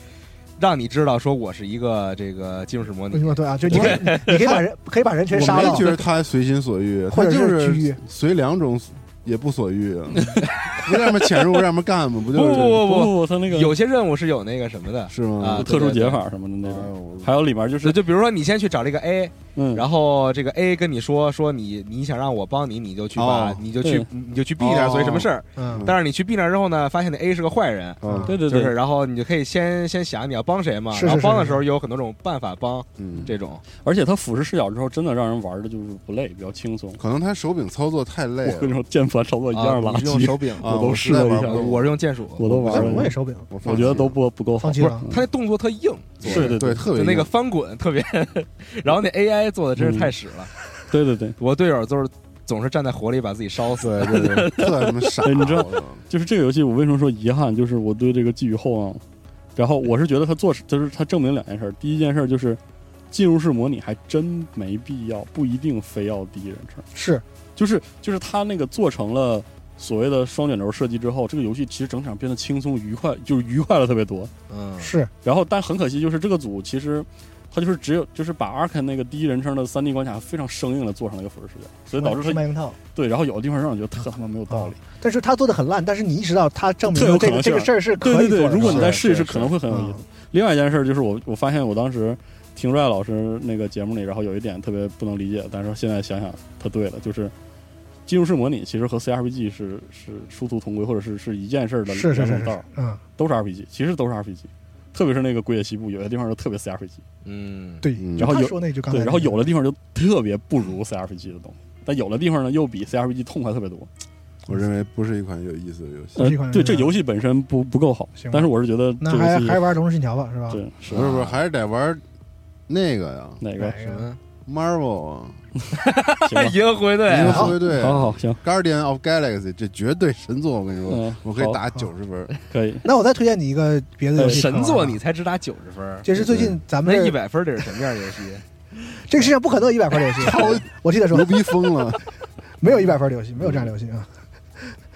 让你知道说我是一个这个进入式模为什拟。么对啊？就你可以你可以把人可以把人全我杀没了觉，得他随心所欲，或他者就是拘是役随两种也不所欲啊， 不要么潜入，要么干嘛，不就是不不不，他那个有些任务是有那个什么的是吗？啊特对对殊对解法什么的那种，哎还有里面就就是就比如说你先去找这个 A，嗯，然后这个 A 跟你说说你你想让我帮你，你就去把哦你就去对你就去 B 那儿，哦所以什么事儿？嗯，但是你去 B 那儿之后呢，发现那 A 是个坏人，呦啊对对就对是，然后你就可以先先想你要帮谁嘛，是是然后是帮的是时候有很多种办法帮嗯，这种。而且它俯视视角之后，真的让人玩的就是不累，比较轻松，可能他手柄操作太累了我跟那种键盘操作一样啊你垃是用圾，手柄，啊，我都试了一下我实在玩不动我是用键鼠，我都玩我也了，手柄我放我弃觉了得都不不够好放。弃了，他那动作特硬，做是的对，对特别就那个硬翻滚特别， 然后那 AI 做的真是太屎了。对对对，我队友就是总是站在火里把自己烧死。对 对对，特他妈 傻，哎对你知道我就是这个游戏，我为什么说遗憾？就是我对这个寄予厚望。然后我是觉得他做，就是他证明两件事儿。第一件事儿就是，进入式模拟还真没必要，不一定非要第一人称。是嗯就是就是他那个做成了所谓的双卷轴设计之后，这个游戏其实整场变得轻松愉快，就是愉快了特别多。嗯，是，然后，但很可惜，就是这个组其实他就是只有就是把阿肯那个第一人称的三 D 关卡非常生硬的做成了一个俯视视角，所以导致哦是他卖樱桃，对，然后有的地方让我觉得特他妈没有道理。但是他做的很烂，但是你意识到他证明特有了可这个能这个性事儿是对可对以做对，的，如果你是嗯再吧试一是试，可能会很有意思。另外一件事就是我我发现我当时听 Ray 老师那个节目里，然后有一点特别不能理解，但是现在想想他对了，就是进入式模拟其实和 CRPG 是是殊途同归，或者是是一件事儿的是是是两是种道儿，嗯，都是 RPG，其实都是 RPG。特别是那个鬼野西部，有些地方就特别 CRPG，嗯，对嗯，然后他有说那句刚对，才然那个，后有的地方就特别不如 CRPG 的东西，但有的地方呢又比 CRPG 痛快特别多。我认为不是一款有意思的游戏。不是一款呃，对，这是吧游戏本身不不够好行，吧但是我是觉得那这还游戏还是啊玩《龙之信条》吧，是吧？对是不是不是，还是得玩那个呀哪个哪什么？ ，Marvel 啊，行吧银河队银好河护卫队好好行， ，Guardian of Galaxy，这绝对神作，我跟你说，嗯，我可以好打九十分。可以。那我再推荐你一个别的游 戏，神作你才只打九十分，就是最近咱们那这一百分得是什么样的游戏？这个世界上不可能有一百分的游戏，我替他说牛，逼疯了！没有一百分的游戏，没有这样的游戏啊。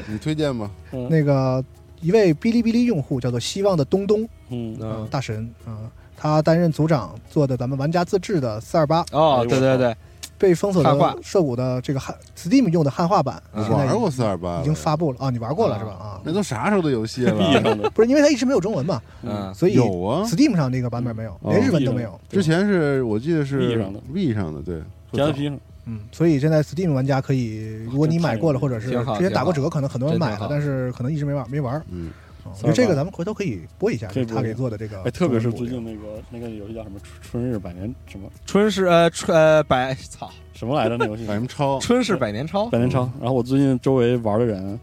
你推荐吧。嗯那个一位哔哩哔哩用户叫做希望的东东嗯，啊，大神啊，他担任组长做的咱们玩家自制的四二八哦，对对对，被封锁汉化的涉谷的这个汉 Steam 用的汉化版，嗯现在玩过四二八，嗯已经发布了啊，你玩过了是吧？啊，那都啥时候的游戏闭了？上的，不是因为它一直没有中文嘛，嗯，所以有啊， Steam 上那个版本没有，嗯连日文哦都没有。之前是我记得是 V 上的 V 上的，对，加在披上。嗯，所以现在 Steam 玩家可以，哦如果你买过了，或者是挺好之前打过折，可能很多人买真了挺好，但是可能一直没玩没玩儿。嗯，嗯我觉得这32个咱们回头可以播一下，可以就是播他一给下做的这个，哎，特别是最近那个那个游戏叫什么春春日百年什么春是呃春呃百操，什么来着？那游戏 百嗯 M 超，春是百年超，百年超。然后我最近周围玩的人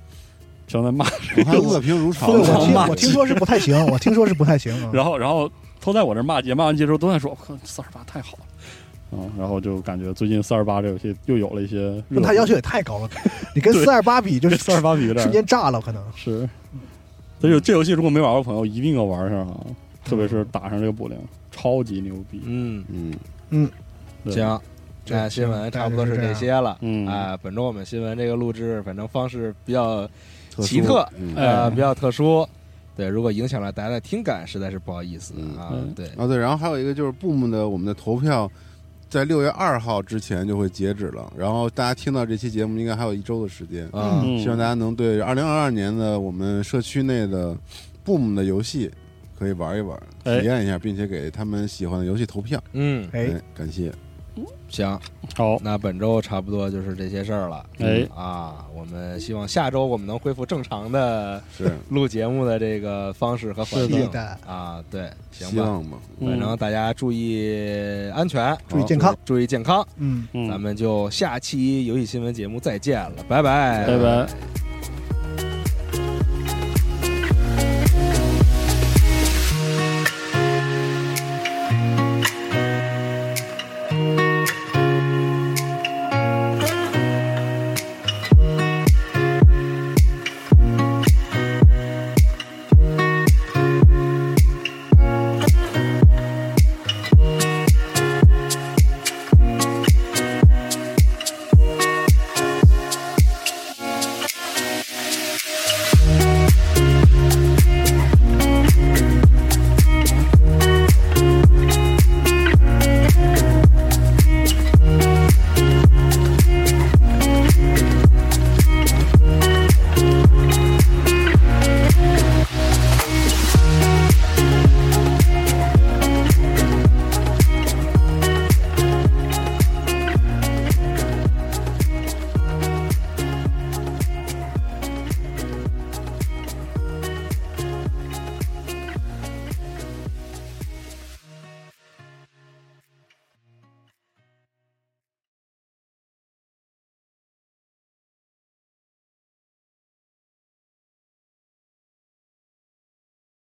全在骂，我看恶评如潮对，我听骂我听说是不太行，我听说是不 太行啊。 然后然后都在我这儿骂街，骂完街之后都在说，我靠，四二八太好了。嗯，然后就感觉最近四二八这游戏又有了一些热那度。他要求也 太高了，你跟四二八比就跟是四二八比有点瞬间炸了，可能是，所以这游戏如果没玩过的朋友一定要玩上啊，特别是打上这个补灵，超级牛逼。嗯，嗯，对，行，那新闻差不多是这些了。嗯啊，本周我们新闻这个录制，反正方式比较特殊奇特，嗯哎呃比较特殊，对，如果影响了大家的听感，实在是不好意思嗯啊嗯。对，啊对，然后还有一个就是 Boom 的我们的投票。在六月二号之前就会截止了，然后大家听到这期节目应该还有一周的时间，啊，嗯希望大家能对二零二二年的我们社区内的 Boom 的游戏可以玩一玩，哎体验一下，并且给他们喜欢的游戏投票。嗯，哎，，感谢，行，好，那本周差不多就是这些事儿了。哎啊，我们希望下周我们能恢复正常的是录节目的这个方式和环是境期待啊。对， 行希吧，望吧，嗯反嗯正大家注意安全，啊注意健康，注意健康。嗯。嗯，咱们就下期游戏新闻节目再见了，拜拜，拜拜。